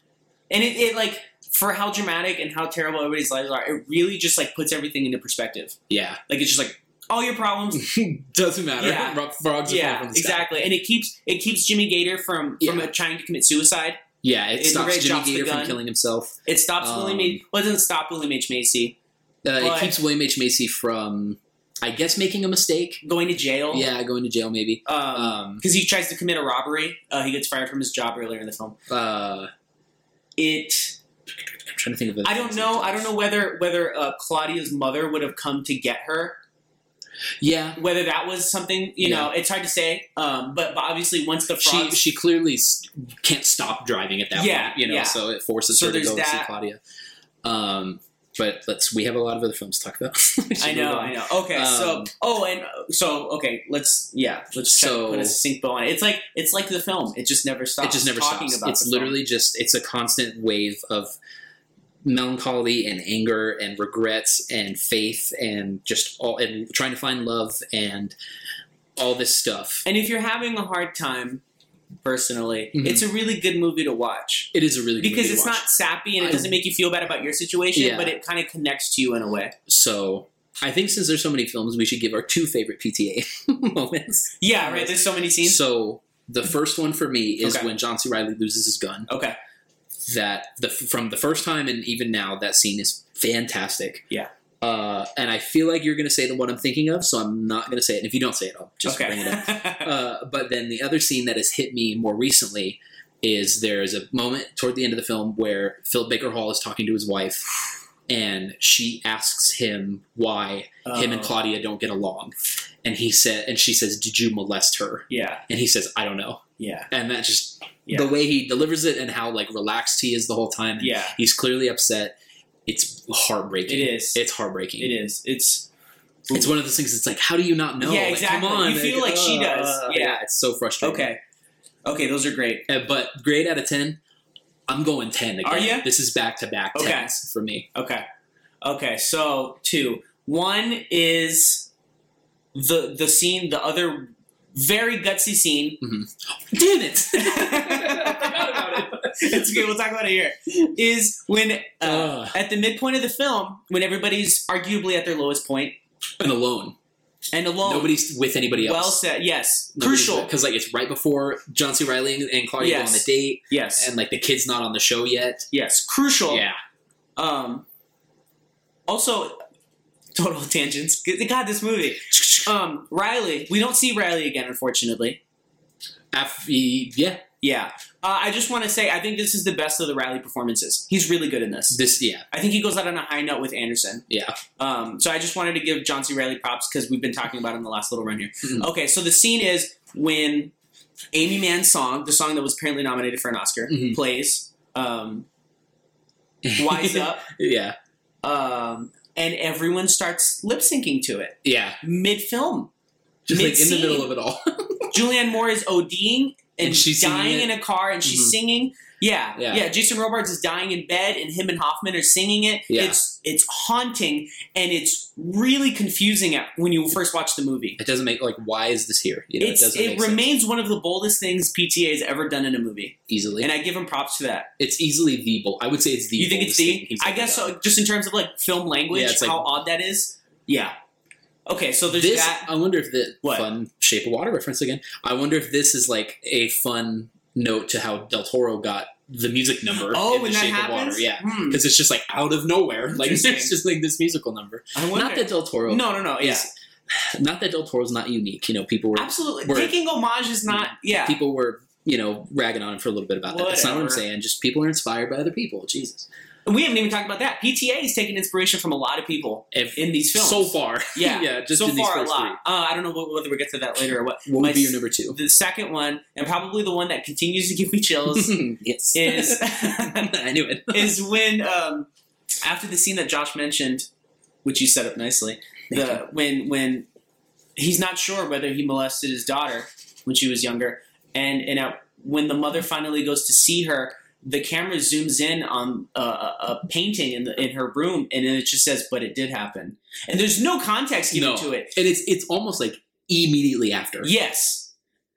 [SPEAKER 4] and it, it like for how dramatic and how terrible everybody's lives are. It really just like puts everything into perspective.
[SPEAKER 3] Yeah,
[SPEAKER 4] Like it's just like all your problems
[SPEAKER 3] doesn't matter.
[SPEAKER 4] Yeah.
[SPEAKER 3] Ro- Frogs are falling
[SPEAKER 4] yeah,
[SPEAKER 3] from the sky.
[SPEAKER 4] exactly. And it keeps it keeps Jimmy Gator from from uh,
[SPEAKER 3] Yeah.
[SPEAKER 4] trying to commit suicide.
[SPEAKER 3] Yeah, it
[SPEAKER 4] It's
[SPEAKER 3] stops
[SPEAKER 4] great,
[SPEAKER 3] Jimmy
[SPEAKER 4] drops the
[SPEAKER 3] Gator from
[SPEAKER 4] gun.
[SPEAKER 3] killing himself.
[SPEAKER 4] It stops
[SPEAKER 3] Um,
[SPEAKER 4] William. H. Well, it doesn't stop William H Macy
[SPEAKER 3] Uh,
[SPEAKER 4] But-
[SPEAKER 3] it keeps William H Macy from, I guess, making a mistake.
[SPEAKER 4] going to jail.
[SPEAKER 3] Yeah, going to jail maybe.
[SPEAKER 4] because
[SPEAKER 3] Um,
[SPEAKER 4] he tries to commit a robbery. Uh, he gets fired from his job earlier in the film.
[SPEAKER 3] uh,
[SPEAKER 4] It.
[SPEAKER 3] I'm trying to think of. The
[SPEAKER 4] I don't know. I don't know whether whether uh, Claudia's mother would have come to get her.
[SPEAKER 3] Yeah,
[SPEAKER 4] Whether that was something you know, it's hard to say. Um, but, but obviously, once the
[SPEAKER 3] she
[SPEAKER 4] frogs,
[SPEAKER 3] she clearly s- can't stop driving at that
[SPEAKER 4] Yeah,
[SPEAKER 3] point. You know,
[SPEAKER 4] yeah.
[SPEAKER 3] so it forces
[SPEAKER 4] So
[SPEAKER 3] her to
[SPEAKER 4] there's
[SPEAKER 3] go see
[SPEAKER 4] that.
[SPEAKER 3] Claudia. Um, but let's. We have a lot of other films to talk about. We should
[SPEAKER 4] I know,
[SPEAKER 3] move on.
[SPEAKER 4] I know. Okay, so
[SPEAKER 3] Um,
[SPEAKER 4] oh, and uh, so okay, let's yeah, let's try to
[SPEAKER 3] So-
[SPEAKER 4] put a succinct bow on it. It's like it's like the film. It just never stops.
[SPEAKER 3] It just never
[SPEAKER 4] talking
[SPEAKER 3] stops.
[SPEAKER 4] About
[SPEAKER 3] it's
[SPEAKER 4] the film.
[SPEAKER 3] literally just it's a constant wave of melancholy and anger and regrets and faith and just all and trying to find love and all this stuff.
[SPEAKER 4] And if you're having a hard time, personally,
[SPEAKER 3] Mhm.
[SPEAKER 4] it's a really good movie to watch
[SPEAKER 3] It is a really good
[SPEAKER 4] because
[SPEAKER 3] movie to
[SPEAKER 4] it's
[SPEAKER 3] watch.
[SPEAKER 4] not sappy and it
[SPEAKER 3] I-
[SPEAKER 4] doesn't make you feel bad about your situation,
[SPEAKER 3] Yeah.
[SPEAKER 4] but it kind of connects to you in a way.
[SPEAKER 3] so. I think since there's so many films, we should give our two favorite PTA moments.
[SPEAKER 4] Yeah, right. There's so many scenes.
[SPEAKER 3] So the first one for me is
[SPEAKER 4] Okay.
[SPEAKER 3] when John C. Riley loses his gun.
[SPEAKER 4] Okay.
[SPEAKER 3] that the from the first time and even now that scene is fantastic.
[SPEAKER 4] Yeah.
[SPEAKER 3] Uh, and I feel like you're going to say the one I'm thinking of, so I'm not going to say it. And if you don't say it, I'll just bring it up.
[SPEAKER 4] okay.
[SPEAKER 3] Uh, but then the other scene that has hit me more recently is there's a moment toward the end of the film where Phil Baker Hall is talking to his wife, and she asks him why him and
[SPEAKER 4] Oh,
[SPEAKER 3] Claudia don't get along, and he said, and she says, "Did you molest her?"
[SPEAKER 4] Yeah,
[SPEAKER 3] And he says, "I don't know."
[SPEAKER 4] yeah,
[SPEAKER 3] And that just
[SPEAKER 4] Yeah.
[SPEAKER 3] the way he delivers it and how like relaxed he is the whole time. and
[SPEAKER 4] yeah.
[SPEAKER 3] He's clearly upset. It's
[SPEAKER 4] It
[SPEAKER 3] heartbreaking.
[SPEAKER 4] is.
[SPEAKER 3] It's heartbreaking.
[SPEAKER 4] It is. It's
[SPEAKER 3] It's one of those things. It's like, how do you not know?
[SPEAKER 4] Yeah,
[SPEAKER 3] Like,
[SPEAKER 4] exactly.
[SPEAKER 3] Come on,
[SPEAKER 4] You feel like she does.
[SPEAKER 3] uh,
[SPEAKER 4] Yeah.
[SPEAKER 3] it's so frustrating.
[SPEAKER 4] okay. Okay, those are great.
[SPEAKER 3] Uh, but grade out of ten, I'm going ten again.
[SPEAKER 4] Are ya?
[SPEAKER 3] This is back to back
[SPEAKER 4] Okay.
[SPEAKER 3] tens for me.
[SPEAKER 4] Okay. Okay, so two. One is the the scene, the other very gutsy scene
[SPEAKER 3] Damn it!
[SPEAKER 4] I forgot about
[SPEAKER 3] Mm-hmm. it.
[SPEAKER 4] it's okay. We'll talk about it here. Is when uh,
[SPEAKER 3] Ugh.
[SPEAKER 4] at the midpoint of the film, when everybody's arguably at their lowest point
[SPEAKER 3] and alone.
[SPEAKER 4] and alone.
[SPEAKER 3] Nobody's with anybody else.
[SPEAKER 4] well said. Yes, crucial.
[SPEAKER 3] because like it's right before John C. Riley and Claudia
[SPEAKER 4] Yes.
[SPEAKER 3] go on the date,
[SPEAKER 4] Yes,
[SPEAKER 3] and like the kid's not on the show yet.
[SPEAKER 4] yes, crucial.
[SPEAKER 3] Yeah,
[SPEAKER 4] Um. Also, total tangents. God, this movie. Um, Riley. We don't see Riley again, unfortunately.
[SPEAKER 3] Af- yeah,
[SPEAKER 4] Yeah. Uh, I just want to say, I think this is the best of the Riley performances. He's really good in this.
[SPEAKER 3] this yeah
[SPEAKER 4] I think he goes out on a high note with Anderson.
[SPEAKER 3] yeah.
[SPEAKER 4] Um, so I just wanted to give John C. Riley props because we've been talking about him the last little run here.
[SPEAKER 3] Mhm.
[SPEAKER 4] Okay, so the scene is when Amy Mann's song, the song that was apparently nominated for an Oscar,
[SPEAKER 3] Mhm.
[SPEAKER 4] plays um, Wise Up,
[SPEAKER 3] Yeah,
[SPEAKER 4] um, and everyone starts lip syncing to it
[SPEAKER 3] yeah.
[SPEAKER 4] mid film.
[SPEAKER 3] Just like in the
[SPEAKER 4] Mid-scene.
[SPEAKER 3] middle of it all.
[SPEAKER 4] Julianne Moore is ODing and,
[SPEAKER 3] And she's singing
[SPEAKER 4] dying
[SPEAKER 3] it.
[SPEAKER 4] in a car and she's
[SPEAKER 3] Mhm.
[SPEAKER 4] singing. Yeah, yeah,
[SPEAKER 3] Yeah.
[SPEAKER 4] Jason Robards is dying in bed, and him and Hoffman are singing it.
[SPEAKER 3] Yeah.
[SPEAKER 4] It's it's haunting and it's really confusing at, when you first watch the movie.
[SPEAKER 3] it doesn't make like why is this here? You know, it
[SPEAKER 4] it's
[SPEAKER 3] doesn't
[SPEAKER 4] it
[SPEAKER 3] make sense
[SPEAKER 4] remains one of the boldest things PTA has ever done in a movie,
[SPEAKER 3] easily.
[SPEAKER 4] and I give him props for that.
[SPEAKER 3] it's easily the bold. I would say it's the.
[SPEAKER 4] you think
[SPEAKER 3] boldest
[SPEAKER 4] it's
[SPEAKER 3] thing
[SPEAKER 4] the?
[SPEAKER 3] he's
[SPEAKER 4] I
[SPEAKER 3] ever
[SPEAKER 4] guess
[SPEAKER 3] done.
[SPEAKER 4] so, just in terms of like film language,
[SPEAKER 3] Yeah, it's like-
[SPEAKER 4] how odd that is. Yeah. Okay, so there's
[SPEAKER 3] This
[SPEAKER 4] that.
[SPEAKER 3] I wonder if the
[SPEAKER 4] What?
[SPEAKER 3] fun Shape of Water reference again. I wonder if this is like a fun note to how Del Toro got the music number.
[SPEAKER 4] Oh,
[SPEAKER 3] in
[SPEAKER 4] when
[SPEAKER 3] the
[SPEAKER 4] that
[SPEAKER 3] Shape
[SPEAKER 4] happens,
[SPEAKER 3] of Water, yeah.
[SPEAKER 4] Hmm,
[SPEAKER 3] because it's just like out of nowhere. Like it's
[SPEAKER 4] Interesting.
[SPEAKER 3] just like this musical number.
[SPEAKER 4] I wonder.
[SPEAKER 3] Not that Del Toro.
[SPEAKER 4] no, no, no. Yeah,
[SPEAKER 3] is- Not that Del Toro's not unique. You know, people were
[SPEAKER 4] absolutely.
[SPEAKER 3] we're-
[SPEAKER 4] Taking homage is
[SPEAKER 3] Mm-hmm.
[SPEAKER 4] not. Yeah,
[SPEAKER 3] people were you know ragging on him for a little bit about that. That's not what I'm
[SPEAKER 4] Whatever.
[SPEAKER 3] saying. Just people are inspired by other people. Jesus,
[SPEAKER 4] And we haven't even talked about that. PTA is taking inspiration from a lot of people
[SPEAKER 3] If-
[SPEAKER 4] in these films.
[SPEAKER 3] so far,
[SPEAKER 4] Yeah.
[SPEAKER 3] yeah, just
[SPEAKER 4] so
[SPEAKER 3] in these
[SPEAKER 4] far, a
[SPEAKER 3] first
[SPEAKER 4] lot. Uh, I don't know whether we get to that later or what.
[SPEAKER 3] three. What
[SPEAKER 4] My
[SPEAKER 3] would be
[SPEAKER 4] s-
[SPEAKER 3] your number two?
[SPEAKER 4] The second one, and probably the one that continues to give me chills,
[SPEAKER 3] yes,
[SPEAKER 4] is
[SPEAKER 3] I knew it.
[SPEAKER 4] is when um, after the scene that Josh mentioned, which you set up nicely,
[SPEAKER 3] Thank
[SPEAKER 4] the when when he's not sure whether he molested his daughter when she was younger, and and at, when the mother finally goes to see her, the camera zooms in on a, a, a painting in the, in her room, and then it just says, "But it did happen," and there's no context given
[SPEAKER 3] No.
[SPEAKER 4] to it.
[SPEAKER 3] and it's it's almost like immediately after.
[SPEAKER 4] Yes,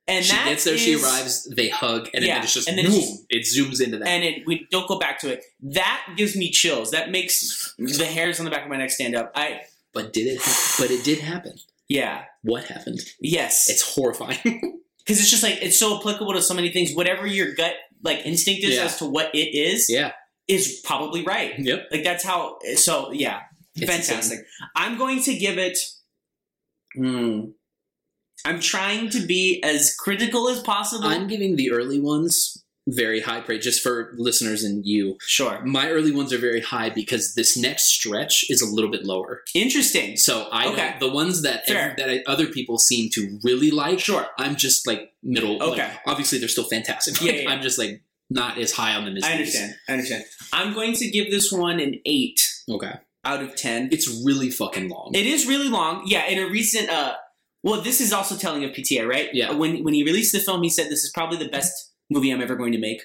[SPEAKER 4] and
[SPEAKER 3] she
[SPEAKER 4] that
[SPEAKER 3] gets there, she
[SPEAKER 4] is-
[SPEAKER 3] arrives, they hug, and
[SPEAKER 4] Yeah,
[SPEAKER 3] then it's just
[SPEAKER 4] and then
[SPEAKER 3] boom,
[SPEAKER 4] it's just-
[SPEAKER 3] it zooms into that.
[SPEAKER 4] and it, we don't go back to it. That gives me chills. That makes the hairs on the back of my neck stand up. I
[SPEAKER 3] but did it? hap- But it did happen.
[SPEAKER 4] yeah.
[SPEAKER 3] What happened?
[SPEAKER 4] Yes.
[SPEAKER 3] It's horrifying.
[SPEAKER 4] because it's just like it's so applicable to so many things. Whatever your gut like instinct is
[SPEAKER 3] Yeah.
[SPEAKER 4] as to what it is,
[SPEAKER 3] Yeah.
[SPEAKER 4] is probably right.
[SPEAKER 3] Yep.
[SPEAKER 4] Like that's how. So yeah,
[SPEAKER 3] It's
[SPEAKER 4] fantastic. I'm going to give it. Hmm. I'm trying to be as critical as possible.
[SPEAKER 3] I'm giving the early ones very high praise just for listeners and you.
[SPEAKER 4] sure.
[SPEAKER 3] My early ones are very high because this next stretch is a little bit lower.
[SPEAKER 4] Interesting.
[SPEAKER 3] So I don't-
[SPEAKER 4] Okay.
[SPEAKER 3] the ones that
[SPEAKER 4] Fair.
[SPEAKER 3] that I, other people seem to really like.
[SPEAKER 4] Sure.
[SPEAKER 3] I'm just like middle.
[SPEAKER 4] Okay.
[SPEAKER 3] like, obviously, they're still fantastic.
[SPEAKER 4] Yeah,
[SPEAKER 3] Like,
[SPEAKER 4] yeah.
[SPEAKER 3] I'm just like not as high on them as
[SPEAKER 4] I
[SPEAKER 3] these.
[SPEAKER 4] understand. I understand. I'm going to give this one an eight
[SPEAKER 3] Okay.
[SPEAKER 4] out of ten.
[SPEAKER 3] It's really fucking long.
[SPEAKER 4] It is really long. Yeah, in a recent uh well, this is also telling of PTA, right? Uh,
[SPEAKER 3] Yeah.
[SPEAKER 4] When when he released the film, he said this is probably the best movie I'm ever going to make.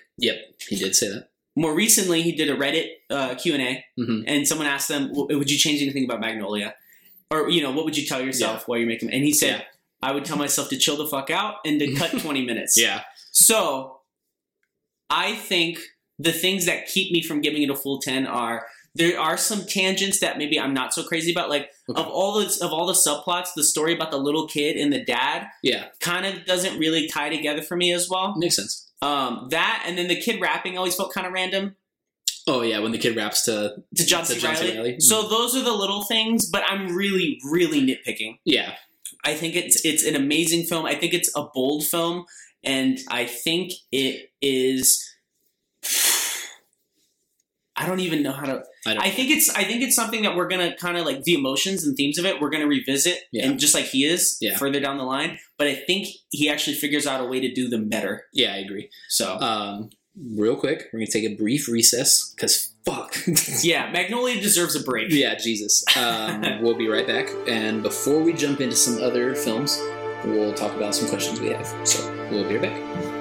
[SPEAKER 3] he did say that.
[SPEAKER 4] More recently, he did a Reddit uh, Q and A,
[SPEAKER 3] Mhm.
[SPEAKER 4] and someone asked them, "W- "Would you change anything about Magnolia?" Or you know, what would you tell yourself while you're making? And he said,
[SPEAKER 3] Yeah.
[SPEAKER 4] "I would tell myself to chill the fuck out and to cut 20 minutes."
[SPEAKER 3] Yeah.
[SPEAKER 4] So, I think the things that keep me from giving it a full 10 are there are some tangents that maybe I'm not so crazy about. Like
[SPEAKER 3] Okay.
[SPEAKER 4] of all the of all the subplots, the story about the little kid and the dad
[SPEAKER 3] Yeah.
[SPEAKER 4] kind of doesn't really tie together for me as well.
[SPEAKER 3] Makes sense.
[SPEAKER 4] Um, that and then the kid rapping always felt kind of random
[SPEAKER 3] Oh yeah, when the kid raps to
[SPEAKER 4] to John
[SPEAKER 3] To
[SPEAKER 4] C.
[SPEAKER 3] John C.
[SPEAKER 4] Riley.
[SPEAKER 3] Reilly.
[SPEAKER 4] So those are the little things, but I'm really really nitpicking.
[SPEAKER 3] yeah,
[SPEAKER 4] I think it's it's an amazing film. I think it's a bold film, and I think it is. I don't even know how to.
[SPEAKER 3] I don't.
[SPEAKER 4] I think it's I think it's something that we're gonna kind of like the emotions and themes of it. We're gonna revisit,
[SPEAKER 3] Yeah.
[SPEAKER 4] and just like he is
[SPEAKER 3] Yeah.
[SPEAKER 4] further down the line. But I think he actually figures out a way to do them better.
[SPEAKER 3] yeah, I agree.
[SPEAKER 4] So
[SPEAKER 3] Um, real quick, we're gonna take a brief recess because fuck.
[SPEAKER 4] yeah, Magnolia deserves a break.
[SPEAKER 3] yeah, Jesus. Um, we'll be right back, and before we jump into some other films, we'll talk about some questions we have. So we'll be right back.